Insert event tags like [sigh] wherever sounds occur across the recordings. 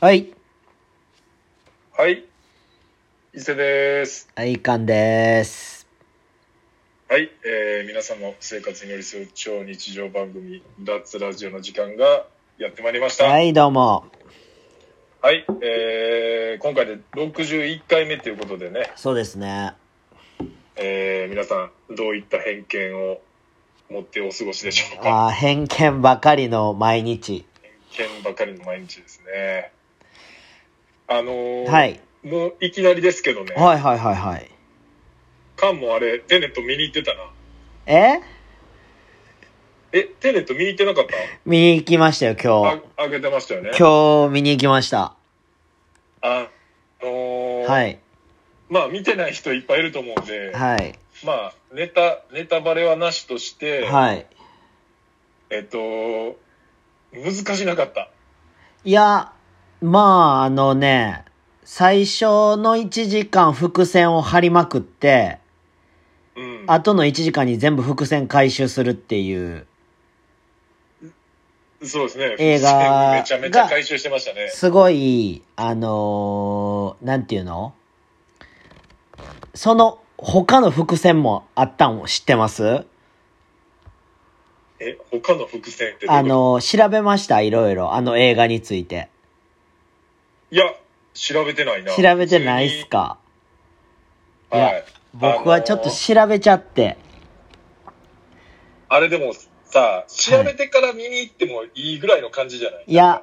はい。はい。伊勢です。はい、かんです。はい、えー皆さんの生活に寄り添う超日常番組、脱ラジオの時間がやってまいりました。は、はいい、どうも。えー今回で61回目ということでね、そうですね。えー皆さんどういった偏見を持ってお過ごしでしょうか。あー偏見ばかりの毎日。偏見ばかりの毎日ですね。あのーはい。もういきなりですけどね、はいはいはいはい。カンもあれ、テネット見に行ってたな。ええ、テネット見に行ってなかった見に行きましたよ、今あ、あげてましたよね。日。今日見に行きました。あのーはい。まあ見てない人いっぱいいると思うんで、はい。まあネタネタバレはなしとして、はい。えっと難しなかったいや、まあ、あのね、最初の1時間伏線を張りまくって、うん後の1時間に全部伏線回収するっていう、そうですね映画めちゃめちゃ回収してましたねすごい、あのーなんていうのその他の伏線もあったんを知ってますえ他の伏線ってどういあうことのー調べましたいろいろ。あの映画について。いや調べてないな調べてないっすか普通にいやはい僕はちょっと調べちゃって。あれでもさ調べてから見に行ってもいいぐらいの感じじゃない、いや、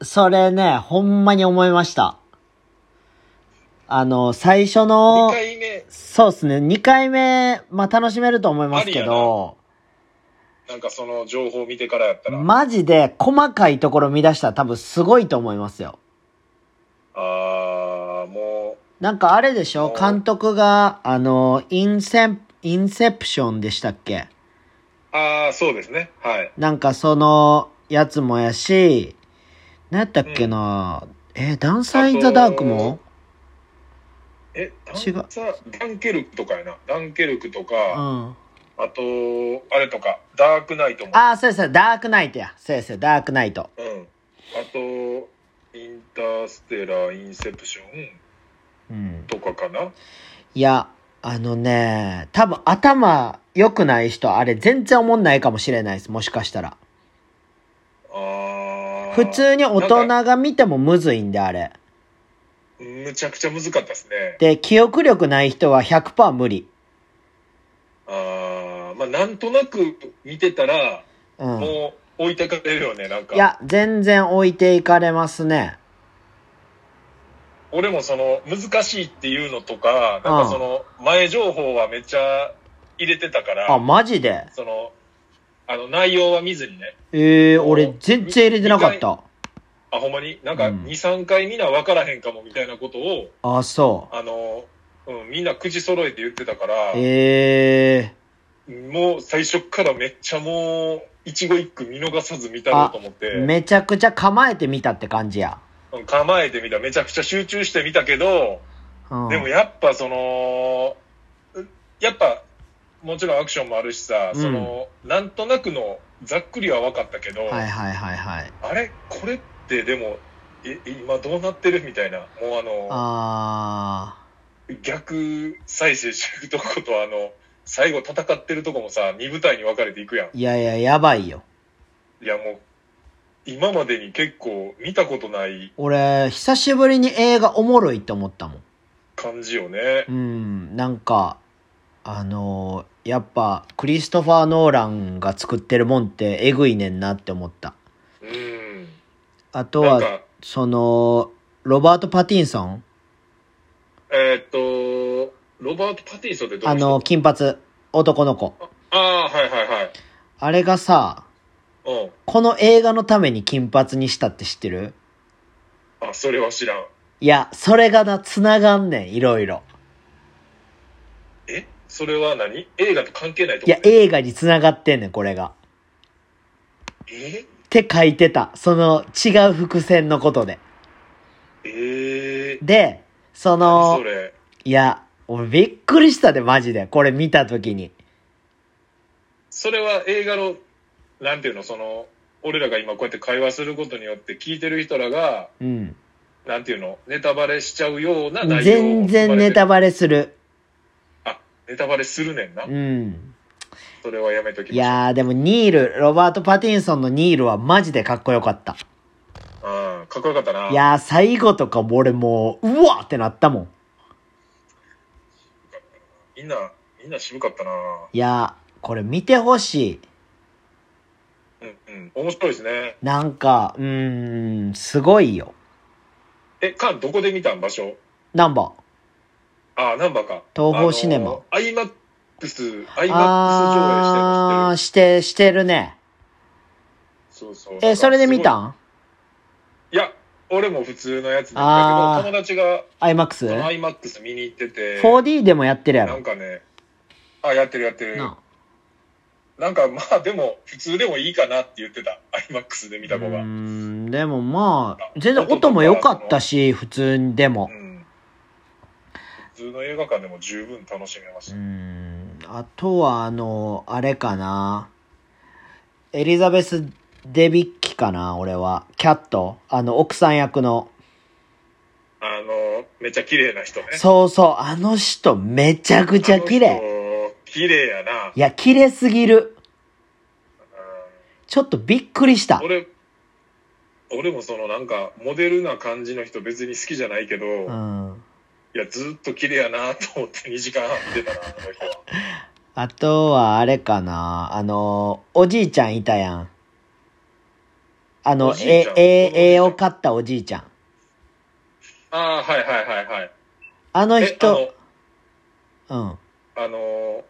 それね、ほんまに思いました。あの、最初の2、回目そうっすね、2回目、まあ楽しめると思いますけど、なんかその情報見てからやったら、マジで細かいところ見出したら多分すごいと思いますよ。ああもなんかあれでしょお監督が、あの、インセン、インセプションでしたっけうああそうですねはいなんかそのやつもやし、なんやったっけな、え、ダンサー・イン・ザ・ダークもえダン違うサダンケルクとかやなダンケルクとうん。か、ああとあれとかダークナイトもあ、そうですダークナイトや。そうですダークナイト。うん、あとインターステラーインセプションうん。とかかないや、あのね、多分頭良くない人、あれ全然思んないかもしれないです。もしかしたら。あー普通に大人なんかが見てもむずいんで、あれ。むちゃくちゃ難かったですねで、記憶力ない人は100%無理。あーまあなんとなく見てたら、うん。もう置いてかれるよねなんかいや、全然置いていかれますね。俺もその難しいっていうのとかなんかその前情報はめっちゃ入れてたからあ、マジでその、あの、内容は見ずにね。ええそう俺全然入れてなかった。あ、ほんまになんか、うん2、3回みんな分からへんかもみたいなことを、あ、そう。あの、うん、みんな口揃えて言ってたから、ええもう最初からめっちゃもう、一期一句見逃さず見たろうと思って、めちゃくちゃ構えてみたって感じや。うん構えてみた。めちゃくちゃ集中してみたけど、うん。でもやっぱその、うやっぱ、もちろんアクションもあるしさ、うんその、なんとなくのざっくりは分かったけど、はいはいはいはい。あれこれってでも、え、今どうなってるみたいな。もうあの、あ逆再生してるとことあの最後戦ってるとこもさ二部隊に分かれていくやんー。いやいや、やばいよ。いやもう今までに結構見たことない俺、久しぶりに映画おもろいって思ったもん。感じよねうん、なんか、あのーやっぱ、クリストファー・ノーランが作ってるもんってえぐいねんなって思った。うんあとなんは、かその、ロバート・パティンソンえーっとロバート・パティンソンってどうあいう人の、金髪、男の子。ああーはいはいはいあれがさ、うんこの映画のために金髪にしたって知ってるあそれは知らんいや、それがな、繋がんねん、いろいろ。えそれは何映画と関係ないいとこや、映画に繋がってんねん、これが。えって書いてた。その、違う伏線のことで。ええー、で、そ何その、れいや、俺びっくりしたで、マジで。これ見たときに。それは映画のなんていうのその俺らが今こうやって会話することによって聞いてる人らがうん。なんていうの、ネタバレしちゃうような内容全然ネタババレする。レ。あ、ネタバレするねんなう。ん。それはやめときましょう。いやー、でもニール、ロバート・パティンソンのニールはマジでかっこよかった。うん、かっこよかったな。いやー、最後とか俺もう、うわーってなったもん。みんな、みんな渋かったな。いやー、これ見てほしい。うんうん。面白いですね。なんか、うーん、すごいよ。え、カン、どこで見たん場所ナンバあ、ナンバーか。東宝シネマあの。アイマックス、アイー。マッあー、クスして、してるね。上映してる。そうそう。え、それで見たんんいや、俺も普通のやつ見たけあーど、友達がその ?IMAX?4D アイマックス見に行ってて、でもやってるやなろん。かね、あ、やってるやってる。ななんかまあでも、普通でもいいかなって言ってた。アイマックスでう見た子ーが。うんん、でもまあ、全然音も良かったし、普通にでも。普通の映画館でも十分楽しめましうーた。んあとはあのあれかなエリザベス・デビッキかな俺はキャットあの奥さん役のあの、めっちゃ綺麗な人ね。そうそうあの人めちゃくちゃ綺麗麗。綺麗やな。いや綺麗すぎるちょっとびっくりした俺、俺もそのなんか、モデルな感じの人別に好きじゃないけど、うんいや、ずっと綺麗やなと思って2時間半見てたな、あの人 [laughs] は。あとはあれかなあのおじいちゃんいたやんあのおじい絵ちゃん絵絵を買ったおじいちゃんああ、はいはいはいはい。あのえ、あ人の、うんあのー、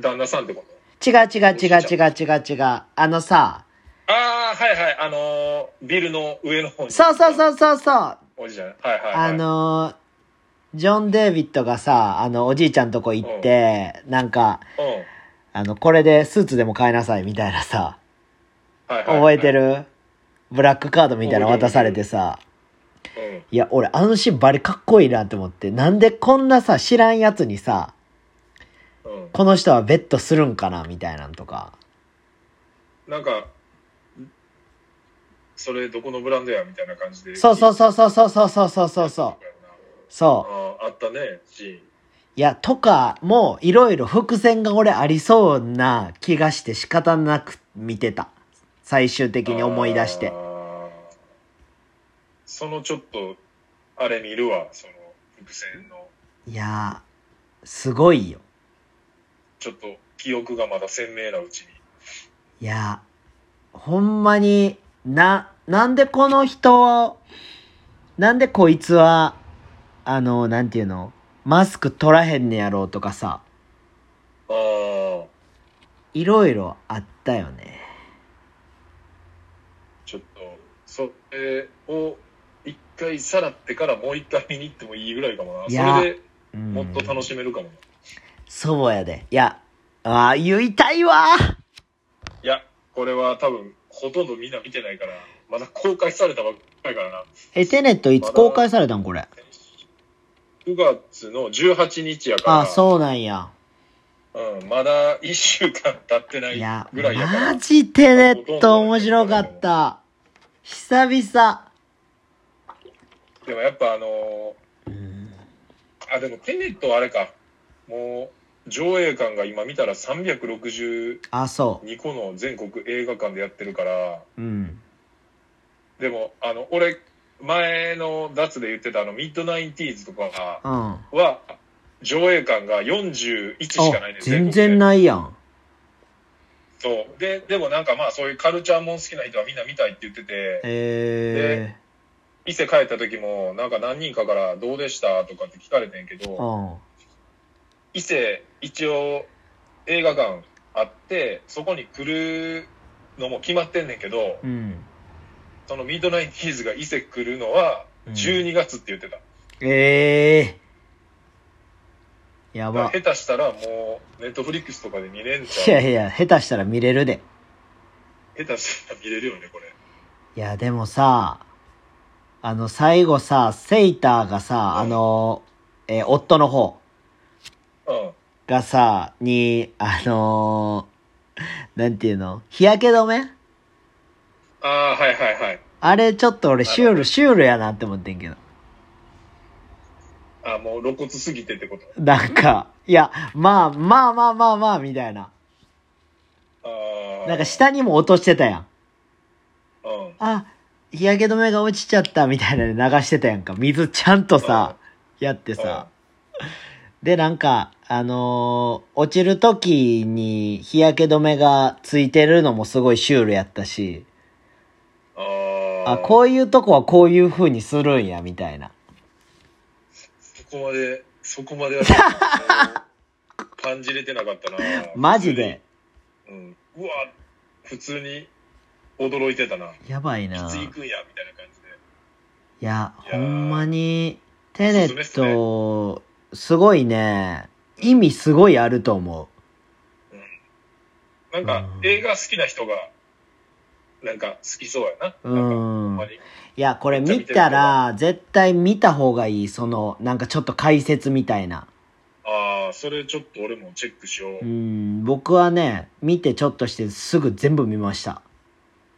旦那さんってこと違う違う違う違う違う違うあのさああ、はいはい。あのー、ビルの上の方に。そうそうそうそうそうおじいちゃん。はいはい、はい。あ、のジョン・デイビッドがさあのおじいちゃんとこ行って、なんかうん。あのこれでスーツでも買いなさいみたいなさはいはい、はい。覚えてる、ブラックカードみたいなの渡されてさうん。いや俺あのシーンバリかっこいいなって思ってなんでこんなさ知らんやつにさうん。この人はベッドするんかなみたいなんとかなんか、それどこのブランドやみたいな感じで。そうそうそうそうそうそうそうそうそうそうあそうあ、あったね、シいやとかもいろいろ伏線が俺ありそうな気がして仕方なく見てた最終的ーン。に思い出してあー。そのちょっと、あれ見るわ、その、伏線の。いやーすごいよちょっと、記憶がまだ鮮明なうちに。いやーほんまにななんでこの人をなんでこいつはあのなんていうのマスク取らへんねやろうとかさああ。いろいろあったよねちょっと、それを一回さらってからもう一回見に行ってもいいぐらいかもいやな。それうでんもっと楽しめるかもな。そうやでいやあー言いたいわーいや、これは多分、ほとんどみんな見てないから、まだ公開されたばっかりからな。えテネットいつ公開されたんこれ9月の18日やから、あそうなんやうん、まだ1週間経ってないいやぐらいやから。マジテネット面白かった久々でもやっぱあのうんーあ、でもテネットはあれか。もう、上映館が今見たら362あそ個の全国映画館でやってるから、ううんでも、あの、俺、前の脱で言ってたあの、ミッドナインティーズとかうんは、上映館が41しかないねあ全然い。ないやんそう。で、でもなんかまあ、そういうカルチャーもん好きな人はみんな見たいって言ってて、え伊勢帰った時も、なんか何人かからどうでしたとかって聞かれてんけえど、ー、伊勢、一応、映画館あって、そこに来るのも決まってんねんけどう、んそのミッドナインティーズが伊勢来るのは、12月って言ってた。ええー、やば下手したらもう、ネットフリックスとかで見れんちいゃう。やいや下手したら見れるで下手したら見れるよね、これ。いやでもさあの最後さセイターがさあの、えー夫の方うん。がさ、に、あのーなんていうの日焼け止めああ、はいはいはい。あれちょっと俺シュール、シュールやなって思ってんけど。あ、もう露骨すぎてってこと。なんか、いや、まあまあまあまあまあ、みたいな。ああ。なんか下にも落としてたやん。うん。あ、日焼け止めが落ちちゃったみたいなの流してたやんか。水ちゃんとさ、やってさ。で、なんか、あのー落ちる時に日焼け止めがついてるのもすごいシュールやったし、ああ。あ、こういうとこはこういう風にするんや、みたいな。そこまで、そこまではちょっと感じれてなかったな。 [laughs] マジで。うん。うわ、普通に驚いてたな。いやばいなつ行くんや、みたいな感じで。いや、いほやーんまに、テネット、すごいね、意味すごいあると思なんか、うん映画好きな人が、なんか好きそうやう。な。なんかほうんんま。に。いや、これ見たら、絶対見た方がいい。その、なんかちょっと解説みたいな。ああ、それちょっと俺もチェックしよう。うん、僕はね、見てちょっとしてすぐ全部見ました。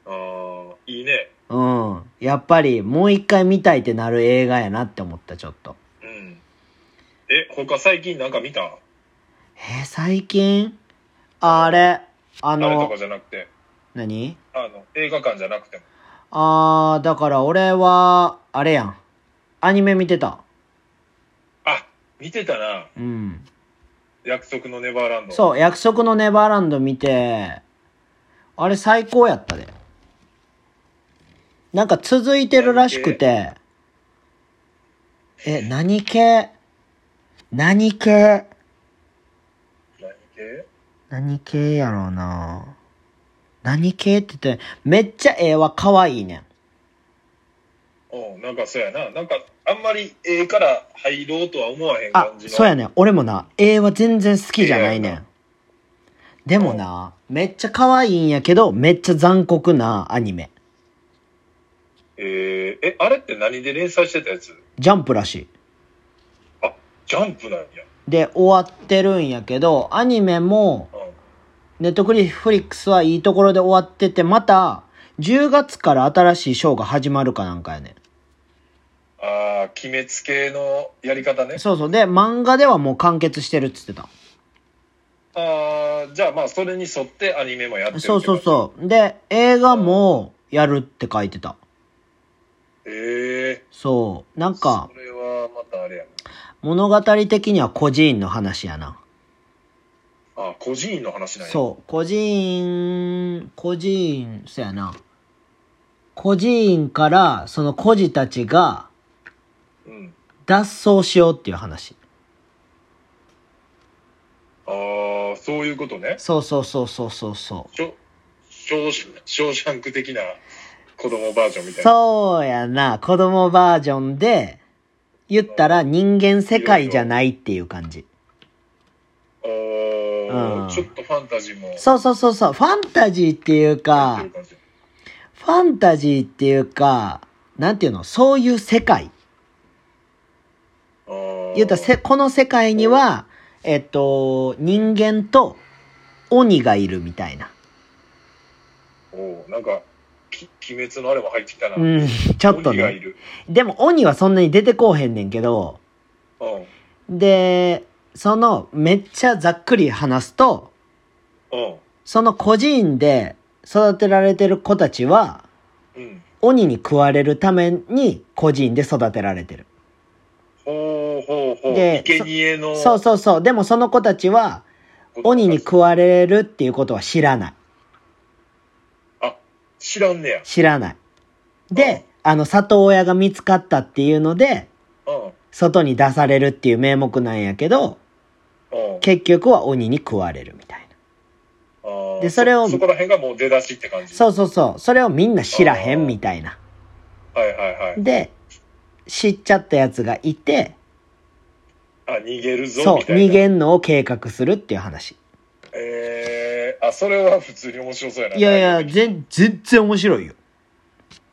ああ、いいね。うん。やっぱり、もう一回見たいってなる映画やなって思った、ちょっと。うん。え、他最近なんか見たえー最近あれ、ああれとのか、じゃなくて、何あの、映画館じゃなくても。あー、だから俺は、あれやん。アニメ見てた。あ、見てたな。うん。約束のネバーランド。そう、約束のネバーランド見て、あれ最高やったで。なんか続いてるらしくて、え、何系何系何系何系やろうな何系って言って、めっちゃ絵は可愛いねん。うん、なんかそうやな。なんか、あんまり絵から入ろうとは思わへんあ感じの。そうやねん俺もな絵は全然好きじゃないねええやんでもなめっちゃ可愛いんやけどめっちゃ残酷なアニメえーえ、あれって何で連載してたやつジャンプらしいあ、ジャンプなんや。で終わってるんやけどアニメもうん。ネットフリックスはいいところで終わっててまた10月から新しいショーが始まるかなんかやねああ、鬼滅系のやり方ねん。そうそうで漫画ではもう完結してるっつってたああ、じゃあまあ、それに沿ってアニメもやってる。そうそうそうで映画もやるって書いてたう。ええそうなんかそれはまたあれや物語的には孤児院の話やなな。あ、個人の話なんや。そう、孤児院、孤児院、そやな。孤児院から、その孤児たちがう。うん。脱走しようっていう話。ああ、そういうことね。そうそうそうそうそうそう。ショ、ショーシショーシャンク的な子供バージョンみたいな。そうやな、子供バージョンで、言ったら人間世界じゃないっていう感じ。おーうんちょっとファンタジーも。そうそうそうそう、ファンタジーっていうやってかる、感じファンタジーっていうか、なんていうの、そういう世界。あー言うたらせ、この世界には、えっと、人間と鬼がいるみたいな。おーなんか、き鬼滅のあれも入ってきたな。うん、ちょっと鬼がいね。る。でも鬼はそんなに出てこうへんねんけど、うん。うん。で、その、めっちゃざっくり話すと、その孤児院で育てられてる子たちは、うん。鬼に食われるために孤児院で育てられてる。ほうほうほう。で生贄の。そうそうそう。でもその子たちは、鬼に食われるっていうことは知らない。あ、知らんねや。知らない。で、あの、里親が見つかったっていうので、うん。外に出されるっていう名目なんやけど、うん。結局は鬼に食われるみたいな。あーでそれをそこら辺がもう出だしって感じ。そうそうそう。それをみんな知らへんみたいな。はいはいはい。で、知っちゃったやつがいて、あ、逃げるぞそう、みたいな。逃げんのを計画するっていう話。えー、あ、それは普通に面白そうやな。いやいや、全、全然面白いよ。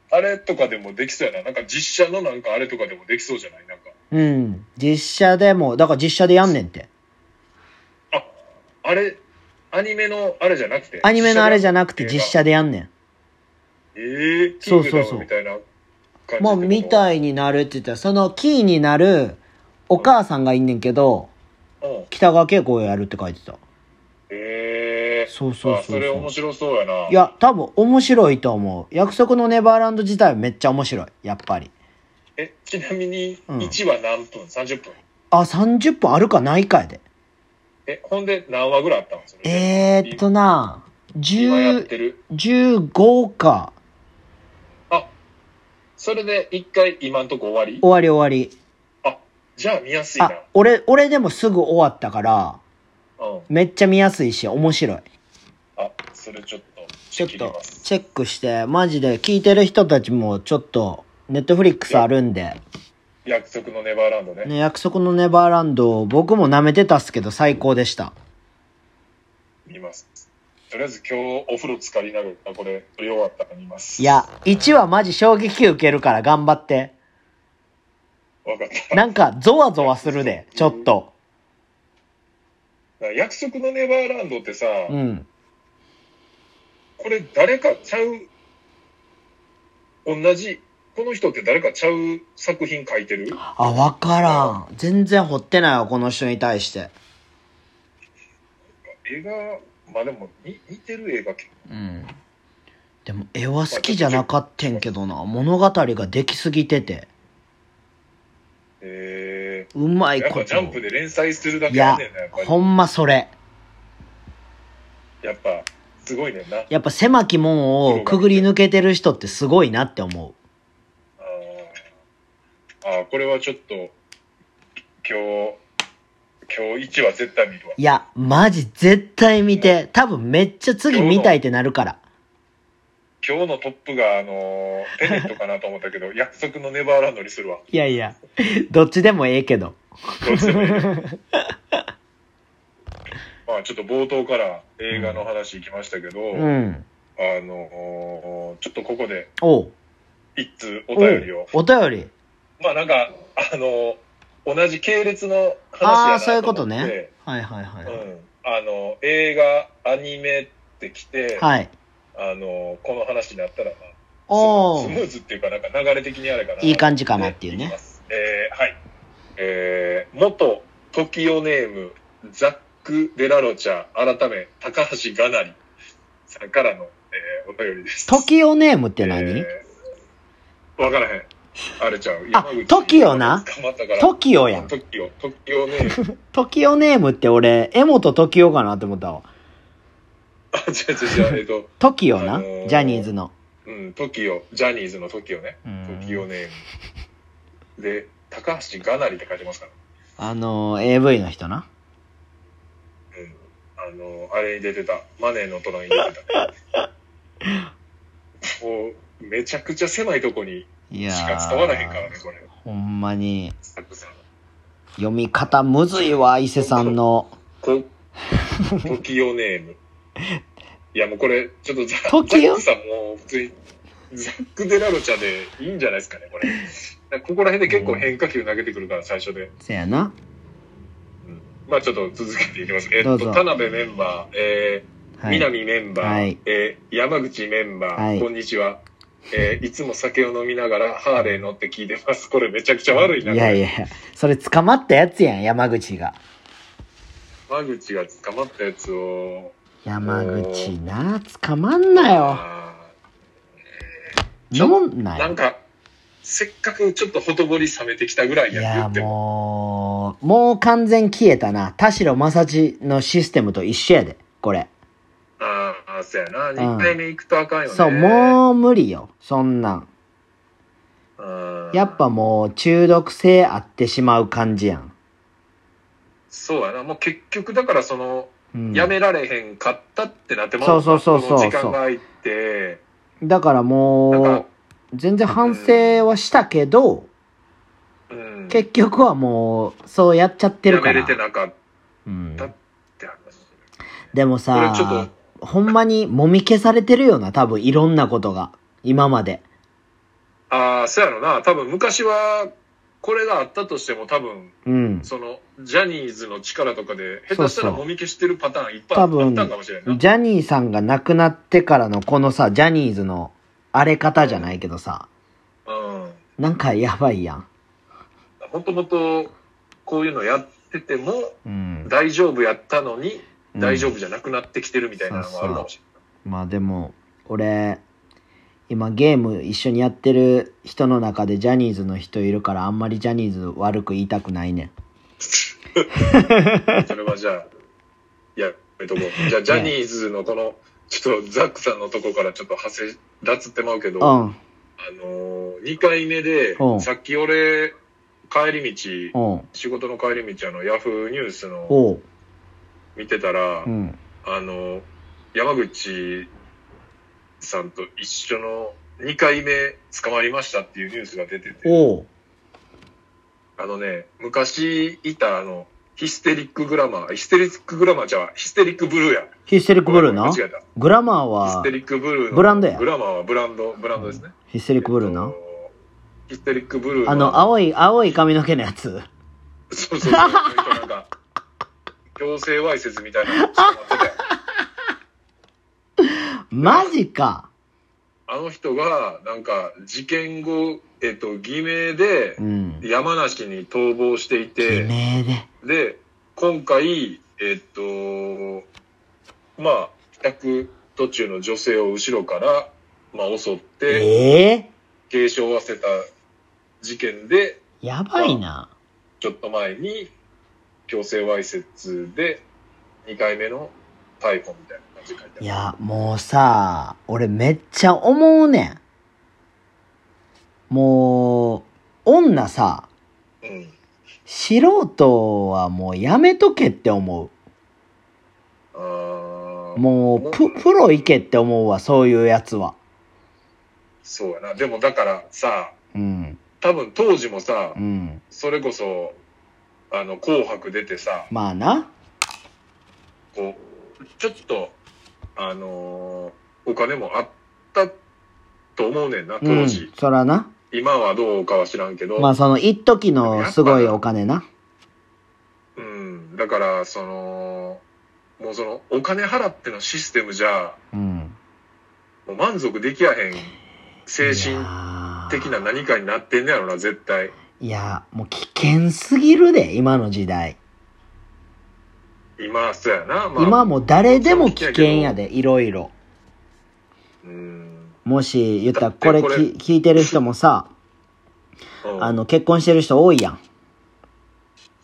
あれとかでもできそうやな。なんか実写のなんかあれとかでもできそうじゃないなんか。うん。実写でも、だから実写でやんねんって。あれ、アニメのあれじゃなくて。アニメのあれじゃなくて映画実。写でやんねん。えー、キそンうグそうダそうムみたいな感じってこともうみたいになるって言ったら、そのキーになるお母さんがいんねんけど、うん。北川景子をやるって書いてた。えー、そうそうあそうそれ面そう。白そうやな。いや、多分面白いと思う。約束のネバーランド自体めっちゃ面白い。やっぱり。え、ちなみに、うん1話何分 ?30 分。あ、30分あるかないかやで。え、ほんで何話ぐらいあったのそれでえー、っとな、今やっ10てる。 15か。それで一回今んとこ終わり終わり終わり。じゃあ見やすいな。あ、俺、俺でもすぐ終わったから、うん。めっちゃ見やすいし、面白い。あ、それちょっと、ちょっ切りとますチェックして、マジで聞いてる人たちもちょっと、ネットフリックスあるんで、約束のネバーランドね。ね、約束のネバーランド、僕も舐めてたっすけど最高でした。見ます。とりあえず今日お風呂浸かりながらこれ撮り終わったら見ます。いや、1話マジ衝撃受けるから頑張って。わかった。なんか、ゾワゾワするで、ちょっと。約束のネバーランドってさ、うん。これ誰かちゃう、同じ、この人って誰かちゃう作品書いてるあ、わからん。全然掘ってないわ、この人に対して。映画、まあでもに似てる映画結うん。でも、絵は好きじゃなかったんけどな。物語ができすぎてて。構えうまー、いやっこぱジャンプと。で連載するだいけあんやねんな、やっぱ、り。ほんまそれ。やっぱ、すごいねんな。あやっぱ狭き門をくぐり抜けてる人ってすごいなって思う。ーあー、これはちょっと、今日、今日1話絶対見るわ。いや、マジ絶対見て。多分めっちゃ次見たいってなるから。今日のトップが、あの [laughs] ーテネットかなと思ったけど、約束のネバーランドにするわ。いやいや、どっちでもええけど。どうしてもいいまあちょっと冒頭から映画の話行きましたけど、うん。あのーちょっとここでおう。一通お便りおうを。お便り。まあなんか、あのー同じ系列の話ああやー、そういなうとこ思とって、ね。はいはいはうい。ん。あのー映画、アニメってきて、はい。あのーこの話になったら、まあおスムーーズっていうか、なんか流れ的にあれかな。いい感じかなっていうねきます。えー、はい。えー、元トキオネーム、ザック・デラロチャ、改め、高橋がなりさんからの、えー、お便りです。トキオネームってえ何ーわからへん。あれちゃう。あトキオな捕まったから。トキオやん。トキオ、トキオネ [laughs] ーム。トキオネームって俺、江本トキオかなって思ったわ。あ、違う違う違う、えっと、トキオなあの。ージャニーズの。うん、トキオ、ジャニーズのトキオね。うんトキオネーム。で、高橋がなりって書いてますから。あのー、AV の人な。うんあの、あれに出てた。マネーの虎に出て [laughs] たね。もう、めちゃくちゃ狭いとこにいしやか伝わらへんからねー、、これ。ほんまに。サクさん。読み方むずいわ、伊勢さんの。こ、 [laughs] トキオネーム。いや、もうこれ、ちょっとザトキザッオクさんもう普通に、ザック・デラロチャでいいんじゃないですかね、これ。 [laughs] ここら辺で結構変化球投げてくるから、最初で。せやな。うんまあちょっと続けていきます。えっどと、うぞ田辺メンバー、えー、はい。南メンバー、はいえー山口メンバー、はいこんにちは、えーいつも酒を飲みながらハーレー乗って聞いてます。これめちゃくちゃ悪いな。いやいや、それ捕まったやつやん、山口が。山口が捕まったやつを。山口な、捕まんなよ。あちょ飲んーななんよ。か、せっかくちょっとほとぼり冷めてきたぐらいいや言や、っても。もう、もう完全消えたな。田代正治のシステムと一緒やで、これ。あーあー、そうやな。ん2回目行くとあかんよね。そう、もう無理よ、そんなん。うん。やっぱもう中毒性あってしまう感じやん。そうやな。もう結局だからその、うん、やめられへんかったってなってもそうそうそうそうそう時間が空いて、だからなんもかう、全然反省はしたけど、うん。結局はもう、そうやっちゃってるやかめら。れてなかっうんたって話。でもさこれちょっ、ほんまにもみ消されてるよな、多分いろんなことが。今まで。ああ、そうやろな。多分昔は、これがあったとしても多分、うん。その、ジャニーズの力とかで、下手したらそうそうもみ消してるパターンいっぱいあったんかもしれんな。ジャニーさんが亡くなってからのこのさ、ジャニーズの荒れ方じゃないけどさ、うん。なんかやばいやん。もともと、こういうのやってても、うん。大丈夫やったのに、うん大丈夫じゃなくなってきてるみたいなのがあるかもしまあでも、俺、今ゲーム一緒にやってる人の中でジャニーズの人いるからあんまりジャニーズ悪く言いたくないねん。れ [laughs] ない。それはじゃあ、やめとこう。じゃあ、ジャニーズのこの、ちょっとザックさんのとこからちょっと派生、脱ってまうけど、うあん。のー、2回目でうん、さっき俺、帰り道、おう仕事の帰り道、あの、ヤフーニュースのおう。見てたらう、ん。あの、山口さんと一緒の2回目捕まりましたっていうニュースが出てて、おう。あのね、昔いたあの、ヒステリックグラマー、ヒステリックグラマーじゃあ、ヒステリックブルーや。ヒステリックブルーな間違えた。グラマーヒスはテリックブルーの。ブランドやグラマーはブランド、ブランドですね。ヒステリックブルーえっなと。ヒステリックブルーあの、青い、青い髪の毛のやつ。そうそうそう。なんか、強制わいせつみたいなの捕まってたよマジか。あの人が、なんか、事件後、えっと、偽名でう、ん。山梨に逃亡してい偽て、名で。で、今回、えっと、まあ、帰宅途中の女性を後ろから、まあ、襲って、ええ軽傷を負わせた事件で、やばいな。ちょっと前に、強制わいせつで、2回目の逮捕みたいな感じで書いてある。いや、もうさ、俺めっちゃ思うねん。もう、女さ、うん。素人はもうやめとけって思あーう。もう、プ、プロ行けって思うわ、そういうやつは。そうやな。でもだからさ、うん、多分当時もさう、ん。それこそ、あの、紅白出てさ、まあな。こう、ちょっと、あのーお金もあったと思うねんな、う当ん時。。そらな。今はどうかは知らんけど。まあその、一時のすごいお金な。うん。だから、その、もうその、お金払ってのシステムじゃ、うん。もう満足できやへん、精神的な何かになってんねやろな、絶い対。やーいやもう危険すぎるで、今の時代。今はそうやな、まあ。今もう誰でも危険やで、いろいろ。うん。もし、言ったらだってこれこれき聞いてる人もさ、うんあの、結婚してる人多いやん。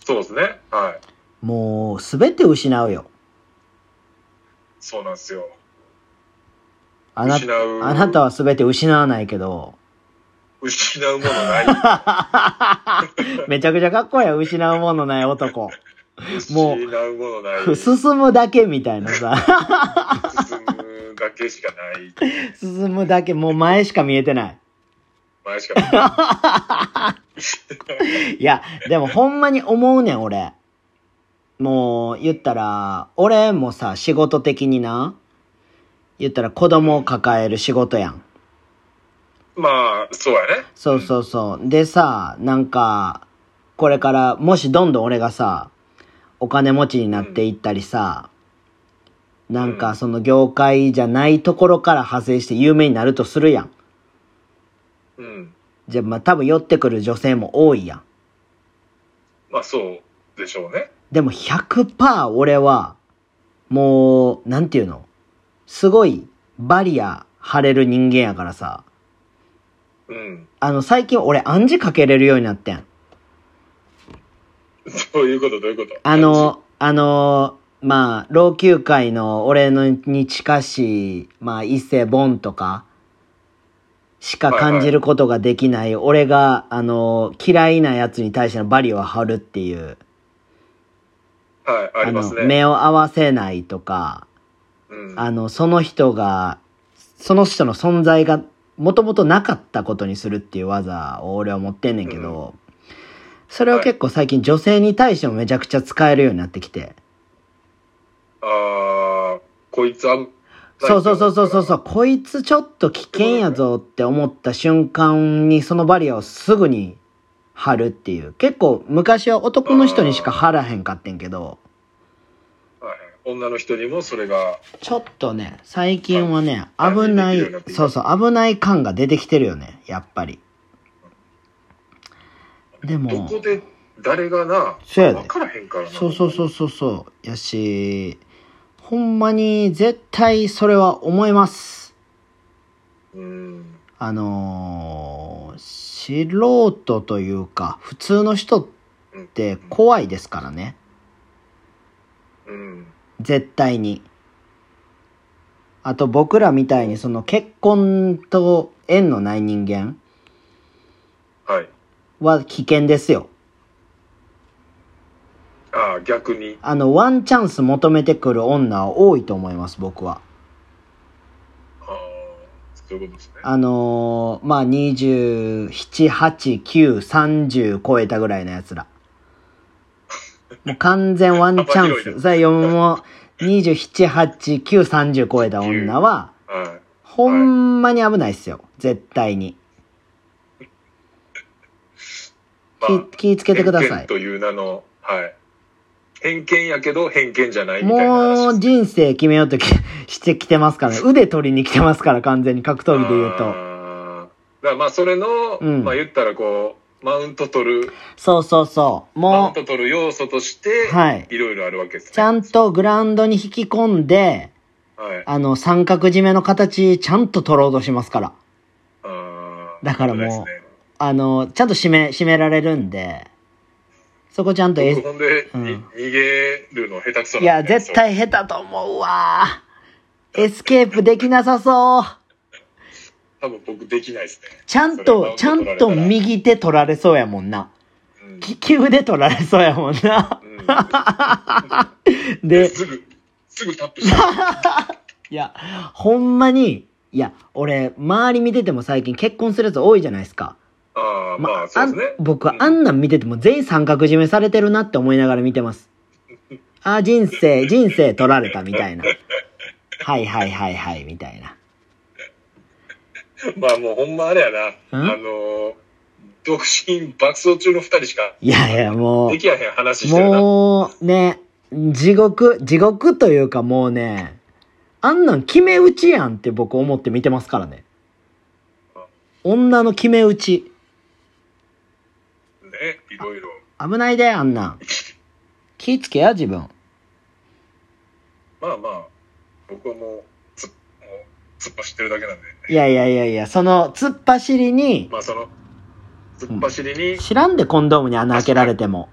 そうですね。はい。もう、すべて失うよ。そうなんですよ。あな失、う。あなたはすべて失わないけど、失うも [laughs] のない。めちゃくちゃかっこいいよ、失うものない男。もう失うものない。進むだけみたいなさ、 [laughs] 進むだけしかない。進むだけ、もう前しか見えてない。前しか [laughs] ない。いや、でもほんまに思うねん、俺。もう、言ったら、俺もさ、仕事的にな、言ったら子供を抱える仕事やん。まあ、そうやね。そうそうそう。でさ、なんか、これから、もしどんどん俺がさ、お金持ちになっていったりさ、なんうかんその業界じゃないところから派生して有名になるとするやん。うん。じゃあまあ多分寄ってくる女性も多いやん。まあ、そうでしょうね。でも100%俺は、もう、なんていうのすごいバリア張れる人間やからさ、うん。あの最近俺暗示かけれるようになってん。どういうこと、どういうこと。あ、の、あの、まあ、老朽会の俺のに近しい、まあ、伊勢ボンとか、しか感じることができない、俺が、あの、嫌いなやつに対してのバリを張るっていう、はい、ありますの、ね。目を合わせないとか、うん。あの、その人が、その人の存在が、もともとなかったことにするっていう技を俺は持ってんねんけど、それを結構最近女性に対してもめちゃくちゃ使えるようになってきて、あーこいつあ。そうそうそうそうそうそうう、こいつちょっと危険やぞって思った瞬間にそのバリアをすぐに張るっていう。結構昔は男の人にしか張らへんかってんけど、はいはい女の人にもそれが、ちょっとね、最近はね、危な感じいできるようになって、きたそうそう、危ない感が出てきてるよね、やっぱり。でも、どこで誰がな、そうやで分からへんからな。そうそうそうそうそう、やし、ほんまに絶対それは思います。う。うん。あのー素人というか、普通の人って怖いですからね、うん。絶対に。あと僕らみたいにその結婚と縁のない人間はい。は危険ですよ。ああ、逆に。あの、ワンチャンス求めてくる女は多いと思います、僕は。ああ、そういうことですね。あのーまあ、27、8、9、30超えたぐらいのやつら。もう完全ワ [laughs] ンチャ幅広いンス。なさあ、よもう、27、8、9、30超えた女は、はほんまに危ないっすよ。絶対に。い。まあ気、気ぃつけてくださ偏見い。という名の、はい。偏見やけど偏見じゃないみたいなもう話です。人生決めようときしてきてますからね。腕取りに来てますから、完全に格闘技で言うあと。ーだからまあそれの、うんまあ言ったらこう、マウント取る、そうそうそう。マウもンうト、取る要素として、はい。いろいろあるわけです、ね。ちゃんとグラウンドに引き込んで、はい。あの、三角締めの形、ちゃんと取ろうとしますから。あーだからもうそうですねあの、ちゃんと締め、締められるんで、そこちゃんと、え僕ほんで、うんに逃げるの下手くそいなや、んで絶対下手と思うわ。エスケープできなさそう。そう多分僕できないですね。ちゃんと、ちゃんと右手取られそうやもんな。うん利き腕取られそうやもんな。うんで、すぐ、すぐタップし [laughs] て。いや、ほんまに、いや、俺、周り見てても最近結婚するやつ多いじゃないですか。ああ、まあ、そうあでんすね。僕はあんなん見てても全員三角締めされてるなって思いながら見て [laughs] ます。ああ、人生、人生取られたみたいな。はいはいはいはい、みたいな。まあもうほんまあれやな。うんあのー、独身爆走中の二人しかいやいや、もできやへん話う、してるな。もうね、地獄、地獄というかもうね、あんなん決め打ちやんって僕思って見てますからね。女の決め打ち。ね、いろいろ。危ないで、あん [laughs] なん。気ぃつけや、自分。まあまあ、僕はもう、つもう突っ走ってるだけなんで。いやいやいやいや、その、突っ走りに、まあその、突っ走りに、知らんでコンドームに穴開けられても。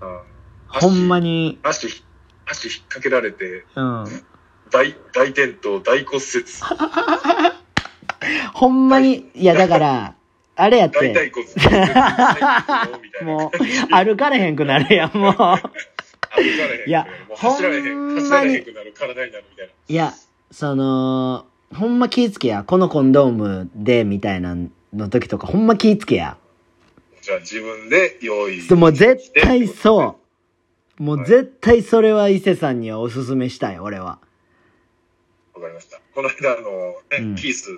あーほんまに、足、足足引っ掛けられて、うん。大、大転倒、大骨折、ほんまに、いやだから、あれやっ大腿て、骨、大腿骨みたいな。もう、歩かれへんくなるやん、もう。歩かれへんくいやなる。もう走られへほん、んまに走られへんくなる、体になるみたいな。いや、その、ほんま気ぃつけや。このコンドームで、みたいなの時とか、ほんま気ぃつけや。じゃあ自分で用意。もう絶対はそう。もう絶対それは伊勢さんにはおすすめしたい、俺は。 [laughs] わかりました。この間、あの、ねうんキース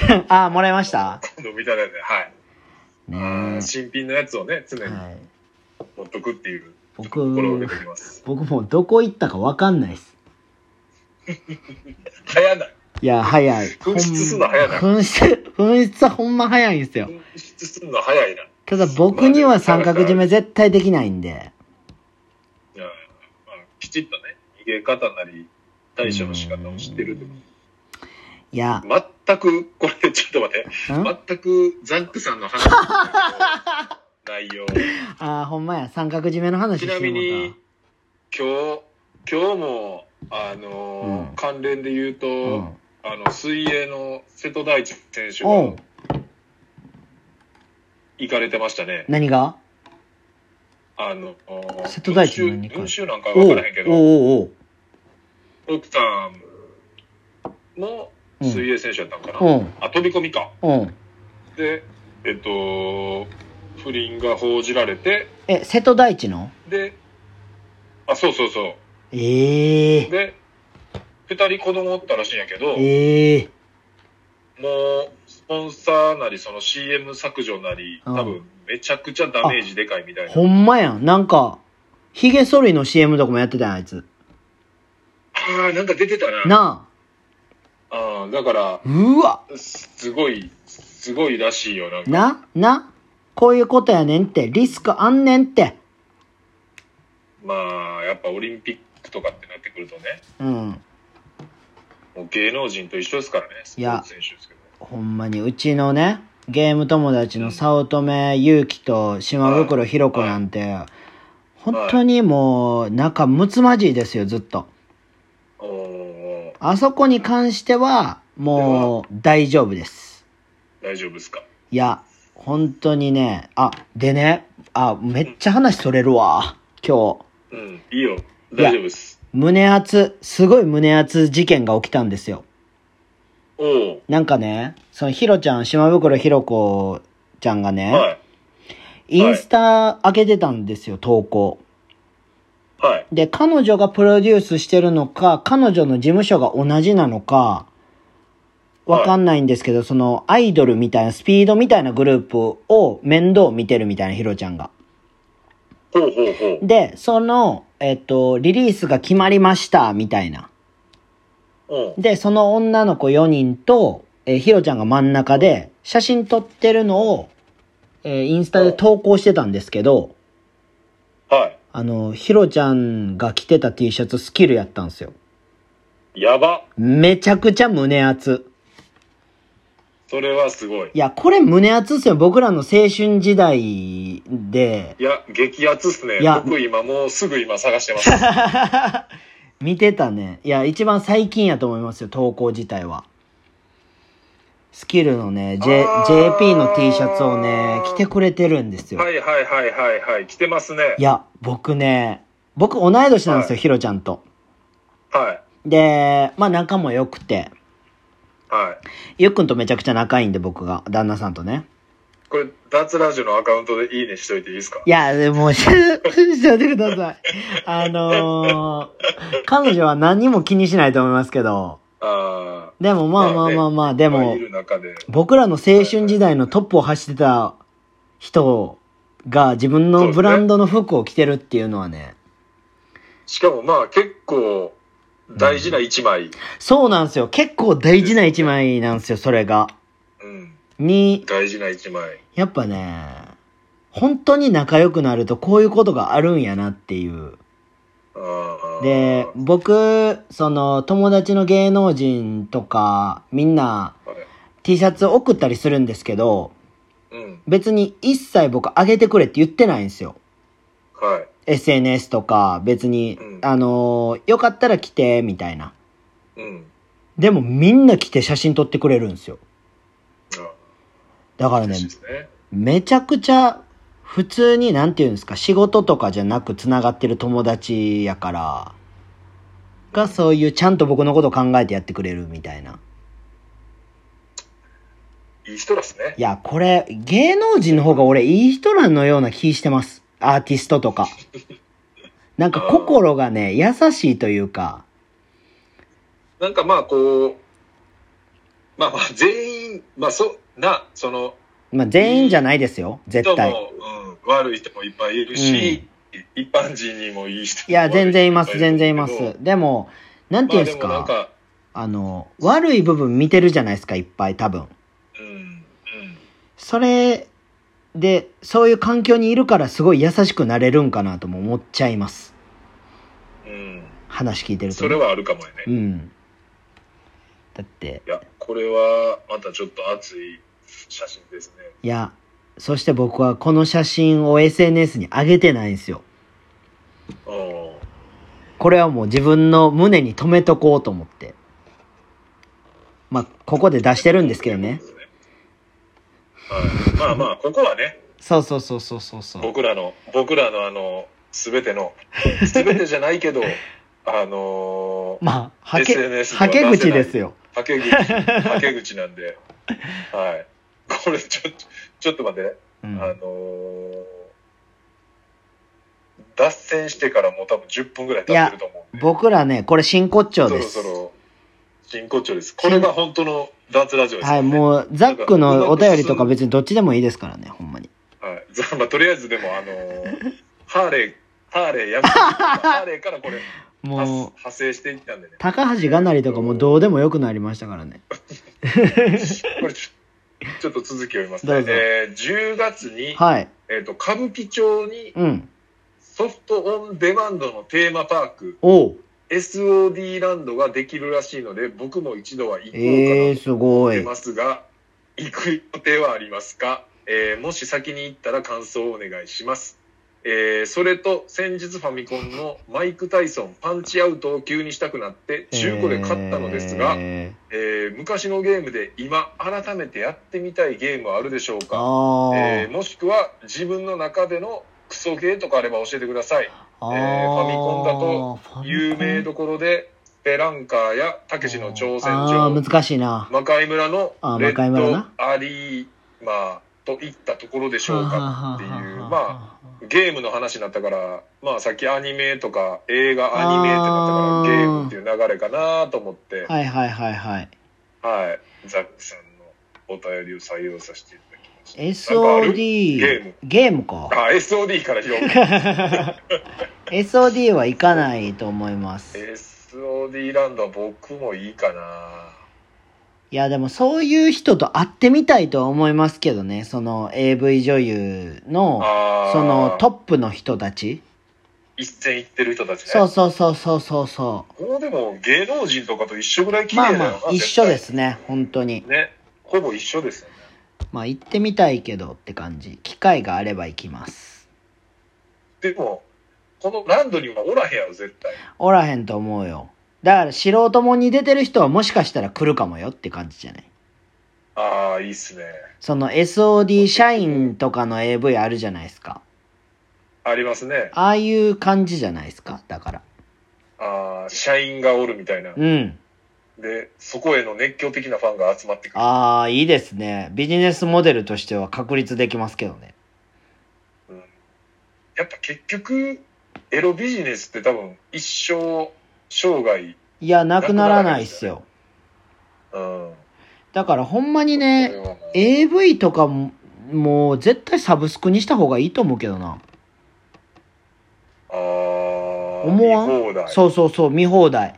で、ああ、もらいました今度見たらね、はい。ね新品のやつをね、常え。にはい。持っとくっていう僕心を受けておきます。僕もうどこ行ったかわかんないっす。早ない。いや、早い。紛失すんの早いなほんま紛失、紛失はほんま早いんですよ。紛失するの早いな。ただ僕には三角締め絶対できないんで。いやまあ、きちっとね、逃げ方なり、対処の仕方を知ってるといや、全く、これ、ちょっと待って。んあ全くザックさ [laughs] んの話の内容。あー、ほんまや、三角締めの話しちてなみにも、今日、今日も、あのーうん関連で言うと、うあの、水泳の瀬戸大地選手た。おうが、行かれてましたね。何があの、瀬戸大地の何何か文集なんかおう分おかうらへんけど、おう奥さんも水泳選手やったんかな。おう。うん。あ、飛び込みか。うん。で、えっと、不倫が報じられて、え、瀬戸大地ので、あ、そうそうそえう。えで、二人子供おったらしいんやけど、ええもう、スポンサーなり、その CM 削除なり、うん多分、めちゃくちゃダメージでかいみたいな。ほんまやん。なんか、ヒゲ剃りの CM とかもやってたやん、あいつ。ああ、なんか出てたな。なああ、だからあ、うわすごい、すごいらしいよ。なんかななこういうことやねんって、リスクあんねんって。まあ、やっぱオリンピックとかってなってくるとね、うん。もう芸能人と一緒ですからね、スポーツ選手ですけど。ほんまに、うちのね、ゲーム友達の早乙女祐希と島袋ひろ子なんて、本当にもう、仲睦まじいですよ、ずっと。おーあそこに関しては、もう、大丈夫です。大丈夫ですかいや、本当にね、あ、でね、あ、めっちゃ話それるわ、今日。うん、いいよ。大丈夫です。胸圧、すごい胸圧事件が起きたんですよ。おおなんかね、そのヒロちゃん、島袋ひろ子ちゃんがね、はい。インスタ上げてたんですよ、投稿。はい。で、彼女がプロデュースしてるのか、彼女の事務所が同じなのか、わかんないんですけど、そのアイドルみたいな、スピードみたいなグループを面倒見てるみたいなヒロちゃんが。ほうほうほう。で、その、えっと、リリースが決まりました、みたいな。おうで、その女の子4人と、えーヒロちゃんが真ん中で、写真撮ってるのを、えーインスタで投稿してたんですけど、はあの、ヒロちゃんが着てた T シャツスキルやったんですよ。い。やば。めちゃくちゃ胸熱。それはすごい。いや、これ胸熱っすよ。僕らの青春時代 [laughs] で、いや、激アツっすねい。や僕今、もうすぐ今探し [laughs] てます。見てたね。いや、一番最近やと思いますよ、投稿自体は。スキルのね、J、あー JP の T シャツをね、着てくれてるんですよ。はいはいはいはいはい。来てますねい。や、僕ね、僕同い年なんですよ、はいヒロちゃんと。はい。で、まあ仲も良くて、はい。ゆっくんとめちゃくちゃ仲いいんで僕が、旦那さんとね。これ、脱ラジオのアカウントでいいねしといていいですかいや、でも、 [laughs] ししちゃってください。あのー彼女は何も気にしないと思いますけど、あでもまあまあまあまあ、であ。まあもい、る中で。僕らの青春時代のトップを走ってた人が自分のブランドの服を着てるっていうのはね、しかもまあ結構大事な一枚。そうなんですよ。結構大事な一枚なんですよ、それが。うん。に、大事な一枚。やっぱね、本当に仲良くなるとこういうことがあるんやなっていう。ああ。で、僕、その友達の芸能人とかみんなはい T シャツ送ったりするんですけど、うん。別に一切僕あげてくれって言ってないんですよ。は SNS とか別に、うんあのーよかったら来て、みたいな。い。うん。でもみんな来て写真撮ってくれるんですよ。あだからねあ。嬉し、いですね。めちゃくちゃ普通になんていうんですか仕事とかじゃなくつながってる友達やからがそういうちゃんと僕のことを考えてやってくれるみたいないい人ですね。いやこれ芸能人の方が俺いい人らのような気してますアーティストとかなんか心がね優しいというかなんかまあこう、まあまあ全員、まあそう、な、その、まあ全員じゃないですよ絶人対も、うん、悪い人もいっぱいいるし、一般人にもいい人もいや全然います悪人も全然いまっぱいるすでもなんていうんですけどまあでもなんかか、あの悪い部分見てるじゃないですかいっぱい多分うん、うん。それで、そういう環境にいるからすごい優しくなれるんかなとも思っちゃいます。う話聞いてん、ると。それはあるかもね。ういん。だって、や、これはまたちょっと熱い写真ですね。いや、そして僕はこの写真を SNS に上げてないんですよ。おこれはもう自分の胸に留めとこうと思って。まあ、ここで出してるんですけどね。。はい、まあまあ、ここはね、そうそうそうそうそうそう。僕らの、僕らのあの、すべての、すべてじゃな [laughs] いけど、あのー、まあ、はけ、 SNS はけ口ですよ。は [laughs] け口、はけ口なんで、はい。これちょっと、ちょっと待って、うあん。のー脱線してからもう多分10分ぐらい経ってると思うんで。僕らね、これ真骨頂そでろす。そろ真骨頂です。これが本当のダーツラジオです、ね。はい、もう、ザックのお便りとか別にどっちでもいいですからね、ほんまに。はい。じゃあ、まあ、とりあえずでも、あのーハーレー、ハーレーやめて、ハーレーからこれ、はもう、派生していったんでね。高橋がなりとかもうどうでもよくなりましたからね。これちょちょっと続きを読みますどねう。ぞえー10月に、はい。えっ、と、歌舞伎町にうん。ソフトオンデマンドのテーマパーク、おう。 SOD ランドができるらしいので、僕も一度は行こうかなとええー、すご出い。ますが、行く予定はありますか、えーもし先に行ったら感想をお願いします。えーそれと先日ファミコンのマイク・タイソンパンチアウトを急にしたくなって中古で買ったのですが、ええー昔のゲームで今改めてやってみたいゲームはあるでしょうー、か、あー、えーもしくは自分の中でのクソゲーとかあれば教えてください。あーファミコンだとファミコン有名どころでスペランカーやたけしの挑戦ああ状ー、難しいな。魔界村のあレ魔界村ッなドアリーマといったところでしょうかっていうあ、まあゲームの話になったからまあさっきアニメとか映画アニメってなったからあーゲームっていう流れかなと思ってははいはいはいはい。い、ザックさんのお便りを採用させていただきましたなんかある SOD、ゲームゲームか。あ SOD から拾う [laughs] SOD は行かないと思います。 SOD ランドは僕もいいかないや、でもそういう人と会ってみたいとは思いますけどね。その AV 女優の、あーそのトップの人たち。一線いってる人たちねそうそうそうそうそうそ。こうでも芸能人とかと一緒ぐらいう綺まあ麗だよな、まあ、一緒絶対ですね。本当に。ね、ほぼ一緒ですよね。まあ行ってみたいけどって感じ。機会があれば行きます。でも、このランドにはおらへんやろ、絶対。おらへんと思うよ。だから素人もんに出てる人はもしかしたら来るかもよって感じじゃないああ、いいっすね。その SOD 社員とかの AV あるじゃないですか。ありますね。ああいう感じじゃないですか。だから。ああ、社員がおるみたいな。うん。で、そこへの熱狂的なファンが集まってくる。ああ、いいですね。ビジネスモデルとしては確立できますけどね。うんやっぱ結局、エロビジネスって多分、一生、生涯、いや、なくならないっすよ。うん。だからほんまにこれね、は AV とかも、もう絶対サブスクにした方がいいと思うけどな。ああ、思わん見放題そうそうそう、見放題。